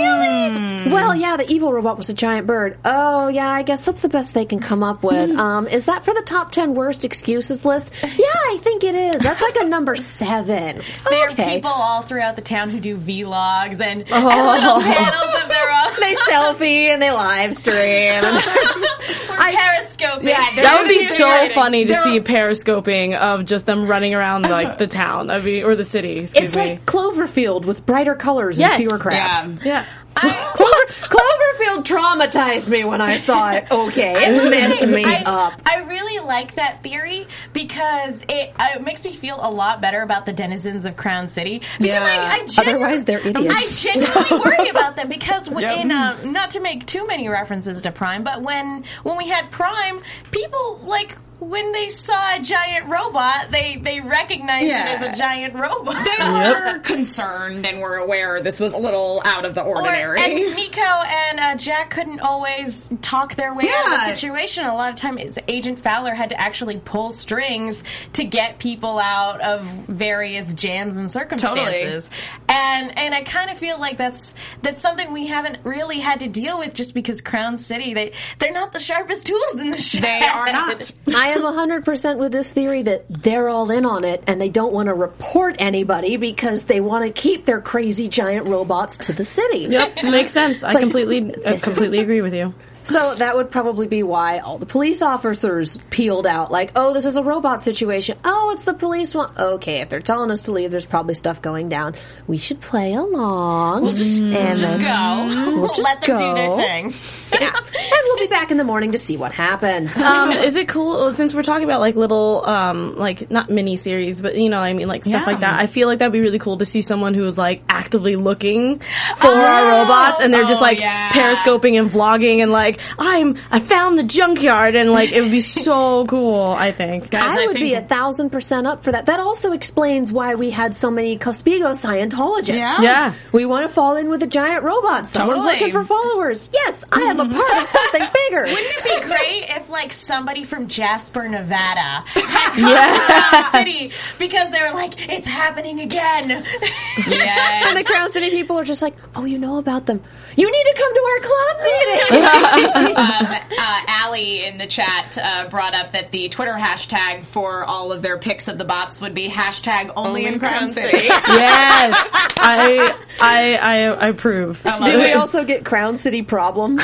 [SPEAKER 2] really? Well, yeah, the evil robot was a giant bird. Oh, yeah, I guess that's the best they can come up with.
[SPEAKER 5] Hmm.
[SPEAKER 2] Um, is that for the top 10 worst excuses list? Yeah, I think it is. That's like a number seven.
[SPEAKER 4] There are
[SPEAKER 2] okay. Oh.
[SPEAKER 4] people all throughout the town who do vlogs and, and little panels of their own.
[SPEAKER 2] They selfie and they live stream.
[SPEAKER 4] We're periscoping.
[SPEAKER 3] Yeah, they're-
[SPEAKER 5] that would be
[SPEAKER 3] They're
[SPEAKER 5] so
[SPEAKER 3] excited.
[SPEAKER 5] funny to
[SPEAKER 3] They're-
[SPEAKER 5] see periscoping of just them running around like the town, I mean, or the city. Excuse
[SPEAKER 2] it's
[SPEAKER 5] me.
[SPEAKER 2] like Cloverfield with brighter colors
[SPEAKER 5] Yes.
[SPEAKER 2] and fewer
[SPEAKER 3] Yeah.
[SPEAKER 2] crabs.
[SPEAKER 5] yeah.
[SPEAKER 2] Clover, Cloverfield traumatized me when I saw it. Okay, it messed me
[SPEAKER 4] I,
[SPEAKER 2] up.
[SPEAKER 4] I really like that theory because it, uh, it makes me feel a lot better about the denizens of Crown City. Because
[SPEAKER 3] Yeah.
[SPEAKER 4] I, I genu-
[SPEAKER 2] Otherwise, they're idiots.
[SPEAKER 4] I genuinely worry about them because when,
[SPEAKER 3] Yep.
[SPEAKER 4] in, uh, not to make too many references to Prime, but when when we had Prime, people like. When they saw a giant robot, they they recognized
[SPEAKER 3] Yeah.
[SPEAKER 4] it as a giant robot.
[SPEAKER 3] They were concerned and were aware this was a little out of the
[SPEAKER 4] Or-
[SPEAKER 3] ordinary.
[SPEAKER 4] and Nico and uh, Jack couldn't always talk their way out of
[SPEAKER 3] Yeah.
[SPEAKER 4] the situation. A lot of time, it's Agent Fowler had to actually pull strings to get people out of various jams and circumstances. and and I kind of feel like that's that's something we haven't really had to deal with just because Crown City they they're not the sharpest tools in the shed.
[SPEAKER 3] They are not.
[SPEAKER 2] I am 100% with this theory that they're all in on it and they don't want to report anybody because they want to keep their crazy giant robots to the city.
[SPEAKER 5] Yep, makes sense. I
[SPEAKER 2] like,
[SPEAKER 5] completely, I
[SPEAKER 2] this is-
[SPEAKER 5] completely agree with you.
[SPEAKER 2] So that would probably be why all the police officers peeled out like, "Oh, this is a robot situation. Oh, it's the police one. Okay, if they're telling us to leave, there's probably stuff going down. We should play along. We'll
[SPEAKER 4] just-
[SPEAKER 2] and
[SPEAKER 4] Just
[SPEAKER 2] then-
[SPEAKER 3] Mm-hmm.
[SPEAKER 4] go.
[SPEAKER 2] We'll just
[SPEAKER 4] Let them do
[SPEAKER 2] go.
[SPEAKER 4] their thing.
[SPEAKER 2] Yeah. and we'll be back in the morning to see what happened.
[SPEAKER 5] Um, is it cool since we're talking about like little, um, like not mini series, but you know, I mean, like stuff
[SPEAKER 3] Yeah.
[SPEAKER 5] like that. I feel like that'd be really cool to see someone who is like actively looking for our robots, and they're just
[SPEAKER 3] Oh,
[SPEAKER 5] like
[SPEAKER 3] yeah.
[SPEAKER 5] periscoping and vlogging, and like I'm, I found the junkyard, and like it would be so cool. I think.
[SPEAKER 2] I,
[SPEAKER 3] I
[SPEAKER 2] would be a
[SPEAKER 3] think-
[SPEAKER 2] thousand percent up for that. That also explains why we had so many Cospigo Scientologists.
[SPEAKER 3] Yeah.
[SPEAKER 5] Yeah.
[SPEAKER 2] We want to fall in with a giant robot. Someone's
[SPEAKER 3] Totally.
[SPEAKER 2] looking for followers. Yes, I am a part of something bigger.
[SPEAKER 4] Wouldn't it be great if like somebody from Jasper, Nevada, had
[SPEAKER 5] Yeah.
[SPEAKER 4] come to Crown City because they were like, "It's happening again."
[SPEAKER 3] Yes.
[SPEAKER 2] And the Crown City people are just like, oh, you know about them. You need to come to our club meeting.
[SPEAKER 3] um, uh, Allie in the chat uh, brought up that the Twitter hashtag for all of their pics of the bots would be hashtag only, in Crown City.
[SPEAKER 5] yes, I, I, I, I approve.
[SPEAKER 2] Do we also get Crown City problems?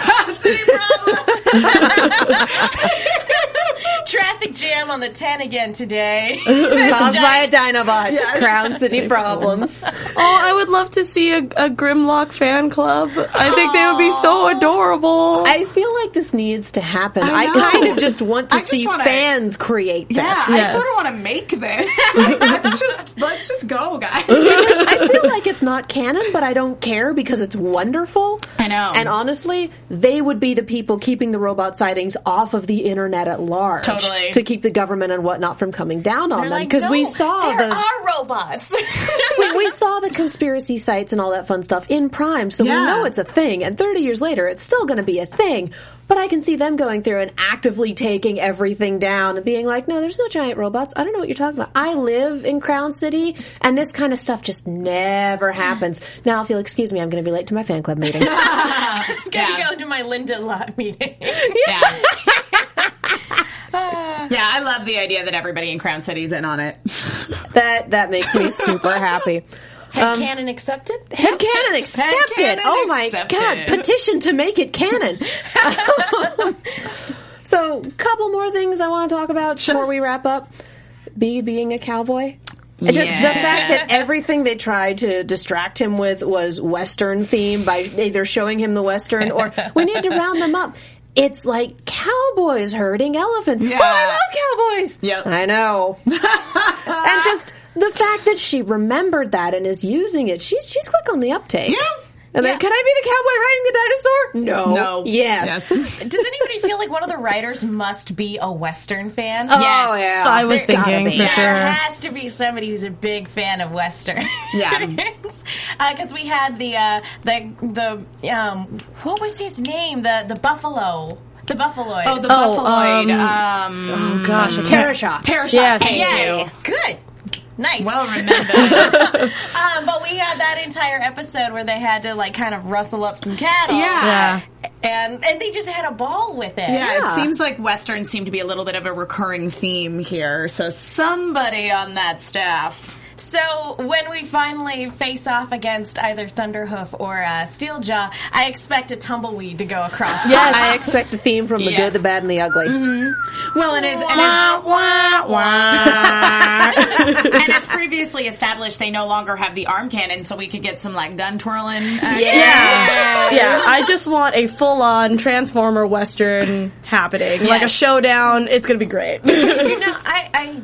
[SPEAKER 4] Traffic jam on the ten again today.
[SPEAKER 2] Uh, Caused by a Dinobot. Crown City problems.
[SPEAKER 5] Oh, I would love to see a, a Grimlock fan club. I think they would be so adorable.
[SPEAKER 2] I feel like this needs to happen. I,
[SPEAKER 3] know.
[SPEAKER 2] kind of just want to
[SPEAKER 3] I just
[SPEAKER 2] see
[SPEAKER 3] wanna-
[SPEAKER 2] fans create this.
[SPEAKER 3] Yeah, I
[SPEAKER 5] Yes.
[SPEAKER 3] sort of want to make this. Like, let's just let's just go, guys.
[SPEAKER 2] I feel like it's not canon, but I don't care because it's wonderful.
[SPEAKER 3] I know.
[SPEAKER 4] Oh.
[SPEAKER 2] And honestly, they would be the people keeping the robot sightings off of the internet at large.
[SPEAKER 3] Totally.
[SPEAKER 2] To keep the government and whatnot from coming down on them.
[SPEAKER 4] They're like,
[SPEAKER 2] Because we
[SPEAKER 4] "No,
[SPEAKER 2] saw
[SPEAKER 4] there
[SPEAKER 2] the
[SPEAKER 4] are robots.
[SPEAKER 2] we, we saw the conspiracy sites and all that fun stuff in Prime, so we
[SPEAKER 3] Yeah.
[SPEAKER 2] know it's a thing. And 30 years later, it's still going to be a thing. But I can see them going through and actively taking everything down and being like, no, there's no giant robots. I don't know what you're talking about. I live in Crown City, and this kind of stuff just never happens. Now, if you'll excuse me, I'm going to be late to my fan club meeting.
[SPEAKER 4] Gotta
[SPEAKER 3] Yeah.
[SPEAKER 4] go to my Linda Lot meeting.
[SPEAKER 3] yeah. yeah, I love the idea that everybody in Crown City's in on it.
[SPEAKER 2] that, that makes me super happy. Um,
[SPEAKER 4] Canon accepted.
[SPEAKER 2] Head canon accepted.
[SPEAKER 3] canon
[SPEAKER 2] oh my
[SPEAKER 3] accepted.
[SPEAKER 2] god! Petition to make it canon. so, couple more things I want to talk about before we wrap up. B being a cowboy. And Just the
[SPEAKER 3] Yeah.
[SPEAKER 2] fact that everything they tried to distract him with was Western theme by either showing him the Western or we need to round them up. It's like cowboys herding elephants.
[SPEAKER 3] Yeah.
[SPEAKER 2] But I love cowboys.
[SPEAKER 3] Yep.
[SPEAKER 2] I know and just the fact that she remembered that and is using it, she's she's quick on the uptake.
[SPEAKER 3] Yeah.
[SPEAKER 2] And then,
[SPEAKER 4] Yeah.
[SPEAKER 2] can I be the cowboy riding the dinosaur? No.
[SPEAKER 3] No.
[SPEAKER 2] Yes.
[SPEAKER 3] Yes.
[SPEAKER 4] Does anybody feel like one of the writers must be a Western fan?
[SPEAKER 2] Oh, yeah.
[SPEAKER 5] So I was
[SPEAKER 2] There gotta
[SPEAKER 5] thinking
[SPEAKER 2] be.
[SPEAKER 5] for
[SPEAKER 4] There
[SPEAKER 5] sure.
[SPEAKER 4] has to be somebody who's a big fan of Western.
[SPEAKER 3] Yeah.
[SPEAKER 4] because we had the uh, the the um, what was his name? The the Buffalo, the Buffalo.
[SPEAKER 3] Oh, the
[SPEAKER 5] Oh,
[SPEAKER 3] Buffaloid. Um,
[SPEAKER 5] Oh gosh, I
[SPEAKER 2] Terror
[SPEAKER 5] can't-
[SPEAKER 2] shock.
[SPEAKER 3] Terror Shock.
[SPEAKER 5] Yes.
[SPEAKER 3] Thank
[SPEAKER 4] Yes.
[SPEAKER 3] you.
[SPEAKER 4] good, nice.
[SPEAKER 3] Well remembered.
[SPEAKER 4] um, but we had that entire episode where they had to like kind of rustle up some cattle.
[SPEAKER 3] Yeah.
[SPEAKER 4] and and they just had a ball with it.
[SPEAKER 3] Yeah,
[SPEAKER 2] Yeah.
[SPEAKER 3] it seems like westerns seem to be a little bit of a recurring theme here. So somebody on that staff.
[SPEAKER 4] So when we finally face off against either Thunderhoof or uh, Steeljaw, I expect a tumbleweed to go across. Yeah.
[SPEAKER 5] Yes.
[SPEAKER 2] I expect the theme from the good,
[SPEAKER 3] Yes. Mm-hmm.
[SPEAKER 2] the bad, and the ugly.
[SPEAKER 3] Well, and as, and as, and as previously established, they no longer have the arm cannon, so we could get some like gun twirling. uh, action.
[SPEAKER 5] Yeah. yeah, I just want a full-on Transformer Western happening, like a
[SPEAKER 3] Yes.
[SPEAKER 5] showdown. It's gonna be great.
[SPEAKER 4] You know, I. I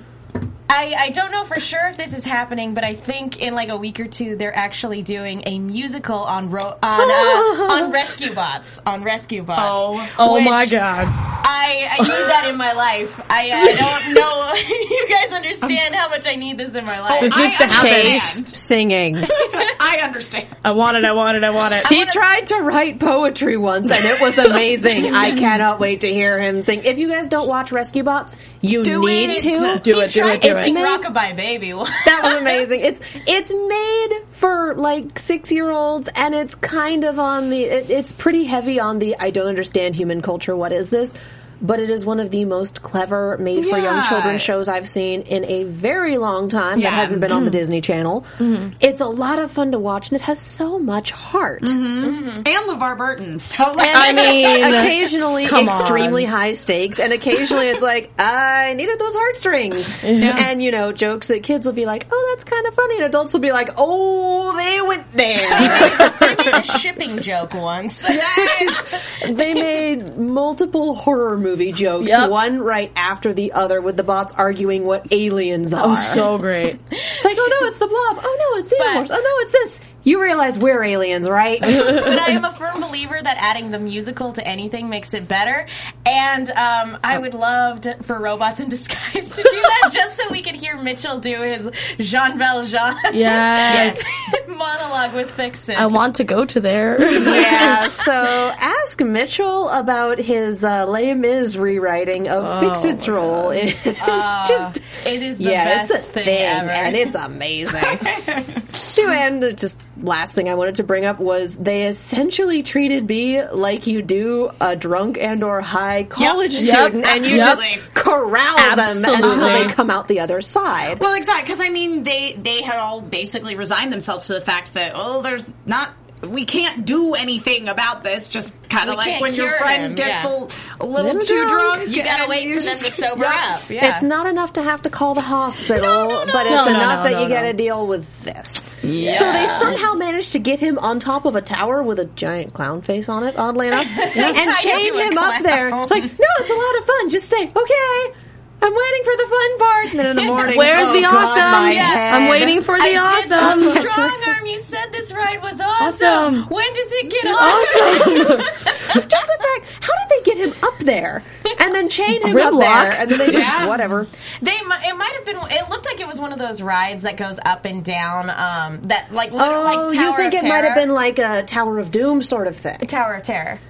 [SPEAKER 4] I, I don't know for sure if this is happening, but I think in like a week or two they're actually doing a musical on ro- on, uh, on rescue bots on rescue bots.
[SPEAKER 3] Oh.
[SPEAKER 5] oh
[SPEAKER 4] which
[SPEAKER 5] my god!
[SPEAKER 4] I, I need that in my life. I, I don't know. you guys understand how much I need this in my life.
[SPEAKER 5] This needs to happen.
[SPEAKER 3] understand.
[SPEAKER 2] Singing.
[SPEAKER 3] I understand.
[SPEAKER 5] I want it. I want it. I want it.
[SPEAKER 2] He tried to write poetry once and it was amazing. I cannot wait to hear him sing. If you guys don't watch Rescue Bots, you
[SPEAKER 3] Do
[SPEAKER 2] need
[SPEAKER 3] it.
[SPEAKER 2] to.
[SPEAKER 5] Do it. Do it. Do
[SPEAKER 4] I sing
[SPEAKER 5] it.
[SPEAKER 4] Rockabye Baby. once.
[SPEAKER 2] That was amazing. It's it's made for like six year olds, and it's kind of on the. It, it's pretty heavy on the. I don't understand human culture. What is this? But it is one of the most clever made for young
[SPEAKER 3] Yeah.
[SPEAKER 2] children shows I've seen in a very long time.
[SPEAKER 3] Yeah. Mm-hmm.
[SPEAKER 2] That hasn't been on the Disney Channel. It's a lot of fun to watch, and it has so much heart.
[SPEAKER 3] Mm-hmm. And LeVar Burton. So like,
[SPEAKER 2] I mean, occasionally
[SPEAKER 5] come
[SPEAKER 2] extremely
[SPEAKER 5] on.
[SPEAKER 2] high stakes, and occasionally it's like, I needed those heartstrings. And, you know, jokes that kids will be like, oh, that's kind of funny. And adults will be like, oh, they went there.
[SPEAKER 4] I made a shipping joke once.
[SPEAKER 2] they made multiple horror movie jokes,
[SPEAKER 5] Yep.
[SPEAKER 2] one right after the other, with the bots arguing what aliens are.
[SPEAKER 5] Oh, so great.
[SPEAKER 2] it's like, oh, no, it's the blob. Oh, no, it's xenomorphs.
[SPEAKER 4] But-
[SPEAKER 2] oh, no, it's this. You realize we're aliens, right?
[SPEAKER 4] but I am a firm believer that adding the musical to anything makes it better. And um, I would love to, for Robots in Disguise to do that just so we could hear Mitchell do his Jean Valjean
[SPEAKER 5] Yes.
[SPEAKER 4] monologue with Vixen.
[SPEAKER 2] Um,
[SPEAKER 5] I want to go to there.
[SPEAKER 2] yeah, so ask Mitchell about his uh, Les Mis rewriting of Fix-It's role. It's just,
[SPEAKER 4] it is the
[SPEAKER 2] yeah,
[SPEAKER 4] best
[SPEAKER 2] it's a
[SPEAKER 4] thing,
[SPEAKER 2] thing,
[SPEAKER 4] ever.
[SPEAKER 2] and it's amazing. to end, just last thing I wanted to bring up was they essentially treated B like you do a drunk and or high college
[SPEAKER 5] Yep.
[SPEAKER 2] student, and you
[SPEAKER 3] Absolutely.
[SPEAKER 2] just corral them until
[SPEAKER 5] Absolutely.
[SPEAKER 2] they come out the other side.
[SPEAKER 3] Well, exactly, because I mean, they they had all basically resigned themselves to the fact that oh, there's not. We can't do anything about this. Just kind
[SPEAKER 4] We
[SPEAKER 3] of like
[SPEAKER 4] can't
[SPEAKER 3] when your
[SPEAKER 4] cure
[SPEAKER 3] friend
[SPEAKER 4] them,
[SPEAKER 3] gets
[SPEAKER 4] yeah.
[SPEAKER 3] a, a little too
[SPEAKER 2] drunk.
[SPEAKER 3] drunk,
[SPEAKER 4] you gotta
[SPEAKER 3] and
[SPEAKER 4] wait
[SPEAKER 3] you
[SPEAKER 4] for them
[SPEAKER 3] just-
[SPEAKER 4] to sober
[SPEAKER 3] Yeah.
[SPEAKER 4] up. Yeah.
[SPEAKER 2] It's not enough to have to call the hospital, but
[SPEAKER 5] no,
[SPEAKER 2] it's
[SPEAKER 5] no,
[SPEAKER 2] enough
[SPEAKER 5] no,
[SPEAKER 2] that
[SPEAKER 5] no,
[SPEAKER 2] you got to
[SPEAKER 5] no.
[SPEAKER 2] deal with this. So they somehow managed to get him on top of a tower with a giant clown face on it, oddly enough, and
[SPEAKER 4] how you
[SPEAKER 2] chained
[SPEAKER 4] do a
[SPEAKER 2] him up
[SPEAKER 4] clown.
[SPEAKER 2] there. It's like, no, it's a lot of fun. Just stay. Okay. I'm waiting for the fun part. And then in the morning,
[SPEAKER 5] Where's
[SPEAKER 2] oh,
[SPEAKER 5] the
[SPEAKER 2] God, my
[SPEAKER 5] awesome?
[SPEAKER 2] head.
[SPEAKER 5] I'm waiting for the
[SPEAKER 4] I did-
[SPEAKER 5] awesome.
[SPEAKER 4] Strong arm, you said this ride was awesome.
[SPEAKER 5] Awesome.
[SPEAKER 4] When does it
[SPEAKER 2] Oh.
[SPEAKER 4] get awesome?
[SPEAKER 2] Just the fact, how did they get him up there? And then chain him up
[SPEAKER 5] Gridlock.
[SPEAKER 2] there. And then they just,
[SPEAKER 3] Yeah.
[SPEAKER 2] whatever.
[SPEAKER 4] They mi- it might have been. It looked like it was one of those rides that goes up and down. Um, that like lit-
[SPEAKER 2] Oh,
[SPEAKER 4] like Tower
[SPEAKER 2] you think
[SPEAKER 4] of
[SPEAKER 2] it might have
[SPEAKER 4] Terror.
[SPEAKER 2] been like a Tower of Doom sort of thing?
[SPEAKER 4] Tower of Terror.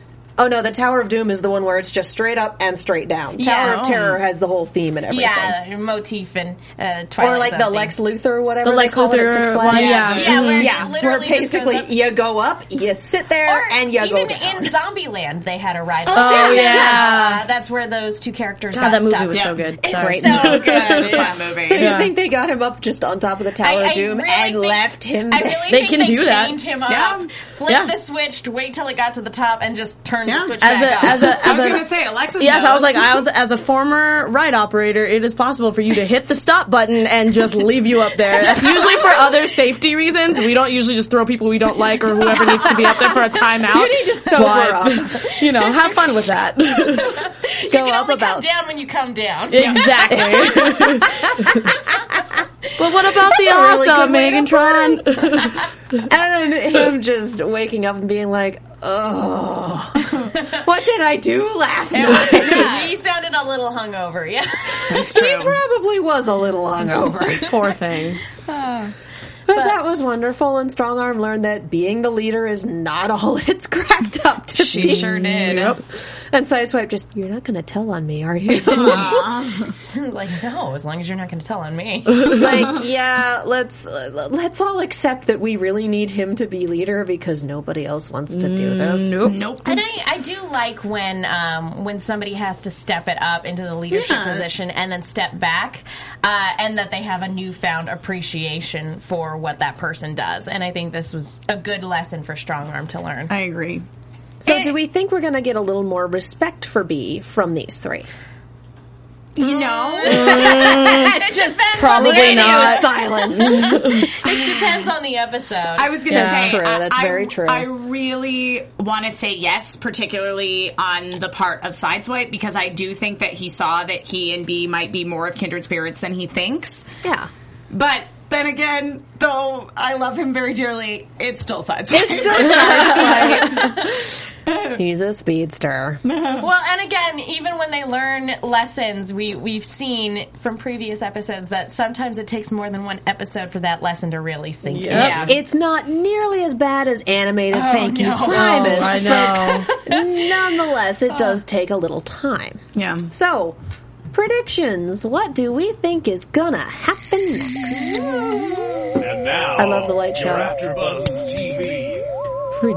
[SPEAKER 2] Oh no, the Tower of Doom is the one where it's just straight up and straight down. Tower
[SPEAKER 4] Yeah. Oh.
[SPEAKER 2] of Terror has the whole theme and everything.
[SPEAKER 4] Yeah, motif and uh, Twilight
[SPEAKER 2] Or like the
[SPEAKER 4] Zone
[SPEAKER 2] Lex
[SPEAKER 4] thing.
[SPEAKER 2] Luthor, whatever
[SPEAKER 5] The
[SPEAKER 2] they
[SPEAKER 5] Lex
[SPEAKER 2] call it at
[SPEAKER 5] Luthor
[SPEAKER 2] Six
[SPEAKER 5] one,
[SPEAKER 2] Flags. Mm-hmm.
[SPEAKER 5] yeah.
[SPEAKER 4] Yeah, where it
[SPEAKER 2] yeah. Where
[SPEAKER 4] literally just goes
[SPEAKER 2] basically
[SPEAKER 4] up.
[SPEAKER 2] you go up, you sit there,
[SPEAKER 4] Or
[SPEAKER 2] and you go
[SPEAKER 4] even
[SPEAKER 2] down.
[SPEAKER 4] in Zombieland, they had a ride.
[SPEAKER 5] Oh, yeah.
[SPEAKER 4] uh, that's where those two characters.
[SPEAKER 5] God,
[SPEAKER 4] got
[SPEAKER 5] that movie
[SPEAKER 4] stuck.
[SPEAKER 5] was so good. Sorry.
[SPEAKER 4] So good.
[SPEAKER 3] It's a fun movie.
[SPEAKER 2] so you
[SPEAKER 5] Yeah.
[SPEAKER 2] think they got him up just on top of the Tower of Doom
[SPEAKER 4] really
[SPEAKER 2] and
[SPEAKER 4] think-
[SPEAKER 2] left him
[SPEAKER 4] I
[SPEAKER 2] there?
[SPEAKER 4] really
[SPEAKER 5] They
[SPEAKER 4] think
[SPEAKER 5] can
[SPEAKER 4] they
[SPEAKER 5] do that.
[SPEAKER 4] chained him up,
[SPEAKER 3] Yeah.
[SPEAKER 4] flip
[SPEAKER 5] Yeah.
[SPEAKER 4] the switch, wait till it got to the top, and just turn
[SPEAKER 3] Yeah.
[SPEAKER 4] the switch
[SPEAKER 5] As
[SPEAKER 4] back
[SPEAKER 5] a
[SPEAKER 4] up.
[SPEAKER 5] as a
[SPEAKER 3] I was
[SPEAKER 5] as
[SPEAKER 3] going to
[SPEAKER 5] a
[SPEAKER 3] say, Alexis.
[SPEAKER 5] Yes, I was
[SPEAKER 3] knows.
[SPEAKER 5] like, I was as a former ride operator. It is possible for you to hit the stop button and just leave you up there. That's usually for other safety reasons. We don't usually just throw people we don't like or whoever needs to be up there for a timeout.
[SPEAKER 2] You need to sober
[SPEAKER 5] up. You know, have fun with that.
[SPEAKER 2] go
[SPEAKER 4] you can
[SPEAKER 2] up
[SPEAKER 4] only
[SPEAKER 2] about
[SPEAKER 4] come down when you come down.
[SPEAKER 5] exactly. but what about the
[SPEAKER 2] a really
[SPEAKER 5] awesome
[SPEAKER 2] good way to
[SPEAKER 5] Megatron?
[SPEAKER 2] and then him just waking up and being like, "Oh, what did I do last night?"
[SPEAKER 4] he sounded a little hungover. Yeah.
[SPEAKER 2] He probably was a little hungover.
[SPEAKER 5] Poor thing.
[SPEAKER 2] But, that was wonderful, and Strongarm learned that being the leader is not all it's cracked up to
[SPEAKER 3] She
[SPEAKER 2] be.
[SPEAKER 3] sure did.
[SPEAKER 5] Yep.
[SPEAKER 2] And Sideswipe just, you're not going to tell on me, are you?
[SPEAKER 4] like, no, as long as you're not going to tell on me.
[SPEAKER 2] It's like, yeah, let's uh, let's all accept that we really need him to be leader because nobody else wants to do this.
[SPEAKER 5] Nope.
[SPEAKER 3] Nope.
[SPEAKER 4] And I, I do like when um, when somebody has to step it up into the leadership
[SPEAKER 3] Yeah.
[SPEAKER 4] position and then step back, uh, and that they have a newfound appreciation for what that person does. And I think this was a good lesson for Strongarm to learn.
[SPEAKER 3] I agree.
[SPEAKER 2] So, do we think we're going to get a little more respect for B from these three?
[SPEAKER 3] You
[SPEAKER 4] Mm.
[SPEAKER 3] know,
[SPEAKER 4] it just depends
[SPEAKER 5] Probably
[SPEAKER 4] on the
[SPEAKER 5] not.
[SPEAKER 2] Radio silence.
[SPEAKER 4] It depends on the episode.
[SPEAKER 3] I was going to
[SPEAKER 5] That's
[SPEAKER 3] say
[SPEAKER 2] true.
[SPEAKER 3] I-
[SPEAKER 2] That's
[SPEAKER 3] I-
[SPEAKER 2] very true.
[SPEAKER 3] I really want to say yes, particularly on the part of Sideswipe because I do think that he saw that he and B might be more of kindred spirits than he thinks.
[SPEAKER 2] yeah.
[SPEAKER 3] But Then again, though I love him very dearly, it's still sides.
[SPEAKER 2] It's still satisfying. He's a speedster.
[SPEAKER 4] Well, and again, even when they learn lessons, we we've seen from previous episodes that sometimes it takes more than one episode for that lesson to really sink in.
[SPEAKER 3] Yeah.
[SPEAKER 2] It's not nearly as bad as animated, thank you,
[SPEAKER 4] no.
[SPEAKER 2] Primus.
[SPEAKER 5] Oh, I know. Oh.
[SPEAKER 2] Nonetheless, it does take a little time.
[SPEAKER 5] yeah.
[SPEAKER 2] So, predictions. What do we think is gonna happen next?
[SPEAKER 6] And now,
[SPEAKER 2] I love the light show.
[SPEAKER 6] Your AfterBuzz TV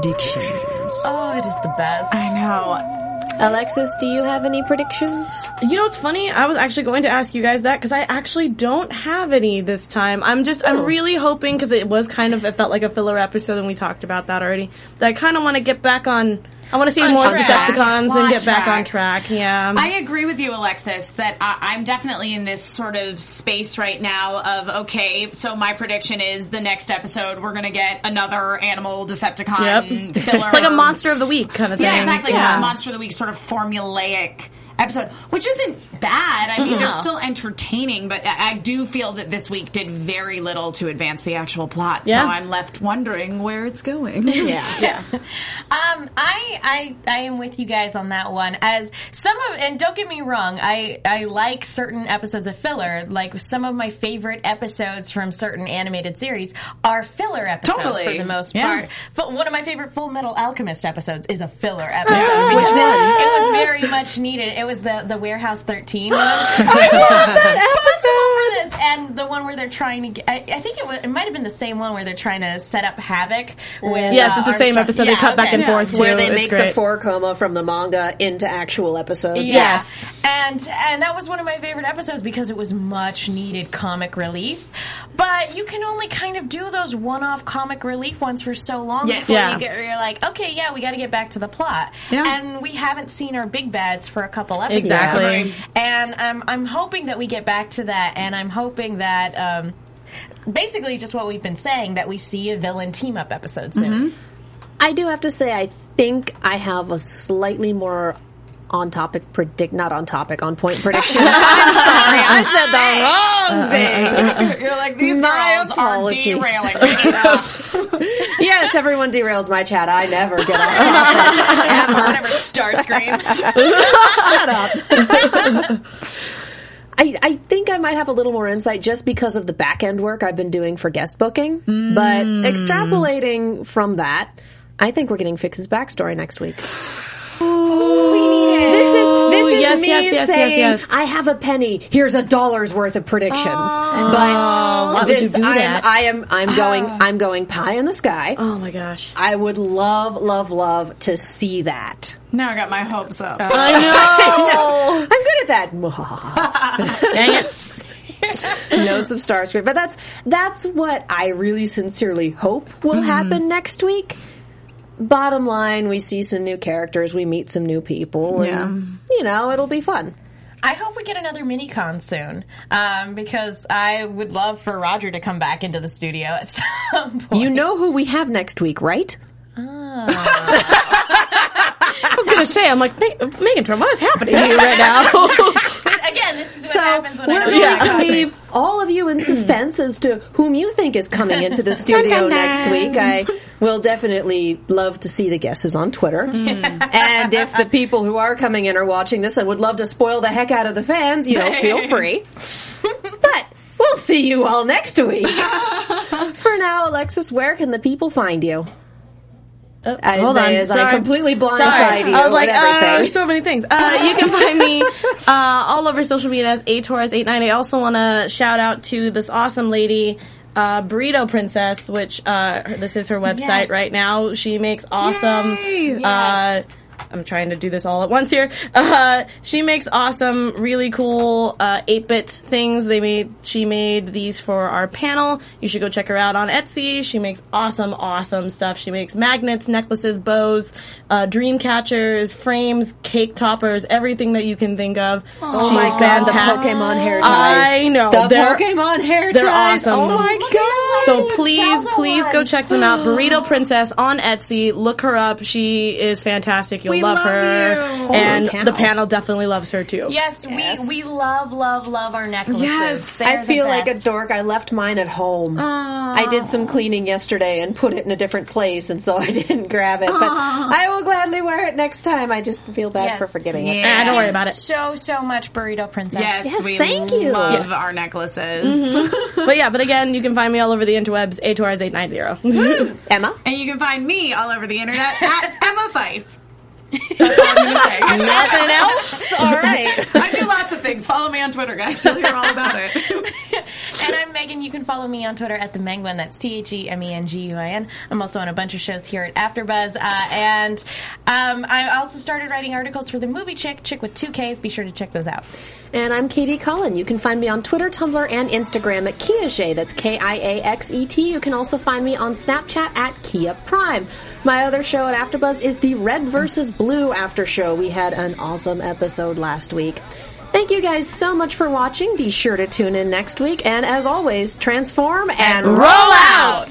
[SPEAKER 2] Predictions.
[SPEAKER 4] Oh, it is the best.
[SPEAKER 5] I know.
[SPEAKER 2] Alexis, do you have any predictions?
[SPEAKER 5] You know what's funny? I was actually going to ask you guys that because I actually don't have any this time. I'm just, I'm really hoping because it was kind of, it felt like a filler episode and we talked about that already. That I kind of want to get back on, I want to see more
[SPEAKER 3] track.
[SPEAKER 5] Decepticons and
[SPEAKER 3] On
[SPEAKER 5] get back
[SPEAKER 3] track.
[SPEAKER 5] on track. Yeah.
[SPEAKER 3] I agree with you, Alexis, that I, I'm definitely in this sort of space right now of, okay, so my prediction is the next episode we're going to get another animal
[SPEAKER 5] yep.
[SPEAKER 3] Decepticon
[SPEAKER 5] it's
[SPEAKER 3] filler.
[SPEAKER 5] like a monster of the week kind of thing.
[SPEAKER 3] Yeah, exactly. A monster of the week sort of formulaic episode, which isn't bad. I mean, they're still entertaining, but I, I do feel that this week did very little to advance the actual plot.
[SPEAKER 5] Yeah.
[SPEAKER 3] So I'm left wondering where it's going.
[SPEAKER 2] Yeah.
[SPEAKER 4] Um, I, I I am with you guys on that one. As some of, and don't get me wrong, I I like certain episodes of filler. Like some of my favorite episodes from certain animated series are filler episodes
[SPEAKER 3] Totally.
[SPEAKER 4] for the most
[SPEAKER 3] Yeah.
[SPEAKER 4] part. But one of my favorite Full Metal Alchemist episodes is a filler episode. which It was very much needed. It was the the Warehouse Thirteen one. I was responsible for this, and the one where they're trying to get. I, I think it was. It might have been the same one where they're trying to set up havoc. With,
[SPEAKER 5] Yes,
[SPEAKER 4] uh,
[SPEAKER 5] it's the same
[SPEAKER 4] Armstrong-
[SPEAKER 5] episode. they
[SPEAKER 4] Yeah,
[SPEAKER 5] cut back
[SPEAKER 4] okay.
[SPEAKER 5] and forth
[SPEAKER 2] Where
[SPEAKER 5] too.
[SPEAKER 2] they
[SPEAKER 5] It's
[SPEAKER 2] make the
[SPEAKER 5] great.
[SPEAKER 2] four coma from the manga into actual episodes.
[SPEAKER 4] Yeah.
[SPEAKER 5] Yes.
[SPEAKER 4] And and that was one of my favorite episodes because it was much needed comic relief. But you can only kind of do those one off comic relief ones for so long
[SPEAKER 3] Yes.
[SPEAKER 4] before
[SPEAKER 5] Yeah.
[SPEAKER 4] you get, you're like, okay, yeah, we got to get back to the plot.
[SPEAKER 3] Yeah.
[SPEAKER 4] And we haven't seen our big bads for a couple episodes.
[SPEAKER 5] Exactly.
[SPEAKER 4] And um, I'm hoping that we get back to that. And I'm hoping that. Um, Basically, just what we've been saying that we see a villain team up episode soon.
[SPEAKER 5] Mm-hmm.
[SPEAKER 2] I do have to say, I think I have a slightly more on topic predict, not on topic, on point prediction. I'm sorry, I said the wrong
[SPEAKER 3] You're like, these
[SPEAKER 2] My
[SPEAKER 3] girls
[SPEAKER 2] apologies.
[SPEAKER 3] are derailing me. Yeah.
[SPEAKER 2] Yes, everyone derails my chat. I never get off topic.
[SPEAKER 3] Whatever, Starscream.
[SPEAKER 2] Shut up. I, I think I might have a little more insight just because of the back end work I've been doing for guest booking. But extrapolating from that, I think we're getting Fix's backstory next week. This is this is
[SPEAKER 5] yes,
[SPEAKER 2] me
[SPEAKER 5] yes, yes, yes,
[SPEAKER 2] saying
[SPEAKER 5] yes.
[SPEAKER 2] I have a penny. Here's a dollar's worth of predictions.
[SPEAKER 5] Oh. why
[SPEAKER 2] but
[SPEAKER 5] would
[SPEAKER 2] this
[SPEAKER 5] you do
[SPEAKER 2] I'm,
[SPEAKER 5] that? Ah.
[SPEAKER 2] I am I'm going I'm going pie in the sky.
[SPEAKER 5] Oh my gosh.
[SPEAKER 2] I would love, love, love to see that.
[SPEAKER 3] now I got my hopes up.
[SPEAKER 5] I
[SPEAKER 2] I'm
[SPEAKER 5] know.
[SPEAKER 2] good at that.
[SPEAKER 5] Dang it.
[SPEAKER 2] Notes of Starscream. But that's that's what I really sincerely hope will happen next week. Bottom line, we see some new characters, we meet some new people, and you know, it'll be fun.
[SPEAKER 4] I hope we get another mini con soon um, because I would love for Roger to come back into the studio at some point.
[SPEAKER 2] You know who we have next week, right?
[SPEAKER 5] I was gonna say, I'm like, Ma- Megan Trump, what is happening to you right now?
[SPEAKER 4] Again, this is what
[SPEAKER 2] So
[SPEAKER 4] happens when
[SPEAKER 2] we're
[SPEAKER 4] I don't
[SPEAKER 2] going
[SPEAKER 4] yeah.
[SPEAKER 2] to leave all of you in
[SPEAKER 5] Hmm.
[SPEAKER 2] suspense as to whom you think is coming into the studio next week. I will definitely love to see the guesses on Twitter.
[SPEAKER 5] Hmm.
[SPEAKER 2] And if the people who are coming in are watching this and would love to spoil the heck out of the fans, you know, feel free. But we'll see you all next week. For now, Alexis, where can the people find you?
[SPEAKER 5] Oh, hold on,
[SPEAKER 2] Isaiah's, I
[SPEAKER 5] sorry.
[SPEAKER 2] completely
[SPEAKER 5] Sorry.
[SPEAKER 2] blindsided you.
[SPEAKER 5] I was like,
[SPEAKER 2] with
[SPEAKER 5] uh,
[SPEAKER 2] everything.
[SPEAKER 5] there's so many things. Uh, you can find me uh, all over social media as atorres89. I also want to shout out to this awesome lady. Uh, Burrito Princess, which uh, her- this is her website
[SPEAKER 4] Yes.
[SPEAKER 5] right now. She makes awesome. Uh, I'm trying to do this all at once here. Uh, she makes awesome, really cool uh, 8-bit things. They made she made these for our panel. You should go check her out on Etsy. She makes awesome, awesome stuff. She makes magnets, necklaces, bows, uh, dream catchers, frames, cake toppers, everything that you can think of.
[SPEAKER 2] Oh
[SPEAKER 5] She's
[SPEAKER 2] my god, the
[SPEAKER 5] fantastic.
[SPEAKER 2] Pokemon hair ties.
[SPEAKER 5] I know
[SPEAKER 2] The
[SPEAKER 5] they're-
[SPEAKER 2] Pokemon hair
[SPEAKER 5] they're
[SPEAKER 2] ties.
[SPEAKER 5] awesome.
[SPEAKER 2] Oh my god.
[SPEAKER 5] So please, please go check them out. Burrito Princess on Etsy. Look her up. She is fantastic. You'll love,
[SPEAKER 4] love
[SPEAKER 5] her,
[SPEAKER 4] you. Oh,
[SPEAKER 5] and
[SPEAKER 2] the panel.
[SPEAKER 5] the panel definitely loves her too.
[SPEAKER 4] Yes, we we love love love our necklaces.
[SPEAKER 5] Yes.
[SPEAKER 4] They're
[SPEAKER 2] I
[SPEAKER 4] the
[SPEAKER 2] feel like a
[SPEAKER 4] best.
[SPEAKER 2] dork. I left mine at home. I did some cleaning yesterday and put it in a different place, and so I didn't grab it. But I will gladly wear it next time. I just feel bad
[SPEAKER 4] Yes.
[SPEAKER 2] for forgetting it.
[SPEAKER 5] Eh, don't worry
[SPEAKER 4] Thank
[SPEAKER 5] about
[SPEAKER 4] you
[SPEAKER 5] it.
[SPEAKER 4] So so much burrito princess.
[SPEAKER 3] Yes,
[SPEAKER 2] Yes,
[SPEAKER 3] we
[SPEAKER 2] thank you.
[SPEAKER 3] love
[SPEAKER 2] Yes.
[SPEAKER 3] our necklaces.
[SPEAKER 5] But yeah, but again, you can find me all over the interwebs, atorres890.
[SPEAKER 2] Emma?
[SPEAKER 3] And you can find me all over the internet at Emma Fife. That's all I'm gonna say.
[SPEAKER 2] Nothing else? All right.
[SPEAKER 3] I do lots of things. Follow me on Twitter, guys. You'll hear all about it.
[SPEAKER 4] and I'm Megan. You can follow me on Twitter at the Menguin. That's T H E M E N G U I N. I'm also on a bunch of shows here at AfterBuzz, uh, and um, I also started writing articles for the movie Chick, Chick with two Ks. Be sure to check those out.
[SPEAKER 2] And I'm Katie Cullen. You can find me on Twitter, Tumblr, and Instagram at Kiaxet. That's K-I-A-X-E-T. E You can also find me on Snapchat at Kia Prime. My other show at AfterBuzz is the Red versus Blue After Show. We had an awesome episode last week. Thank you guys so much for watching. Be sure to tune in next week. And as always, transform and roll out!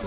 [SPEAKER 7] The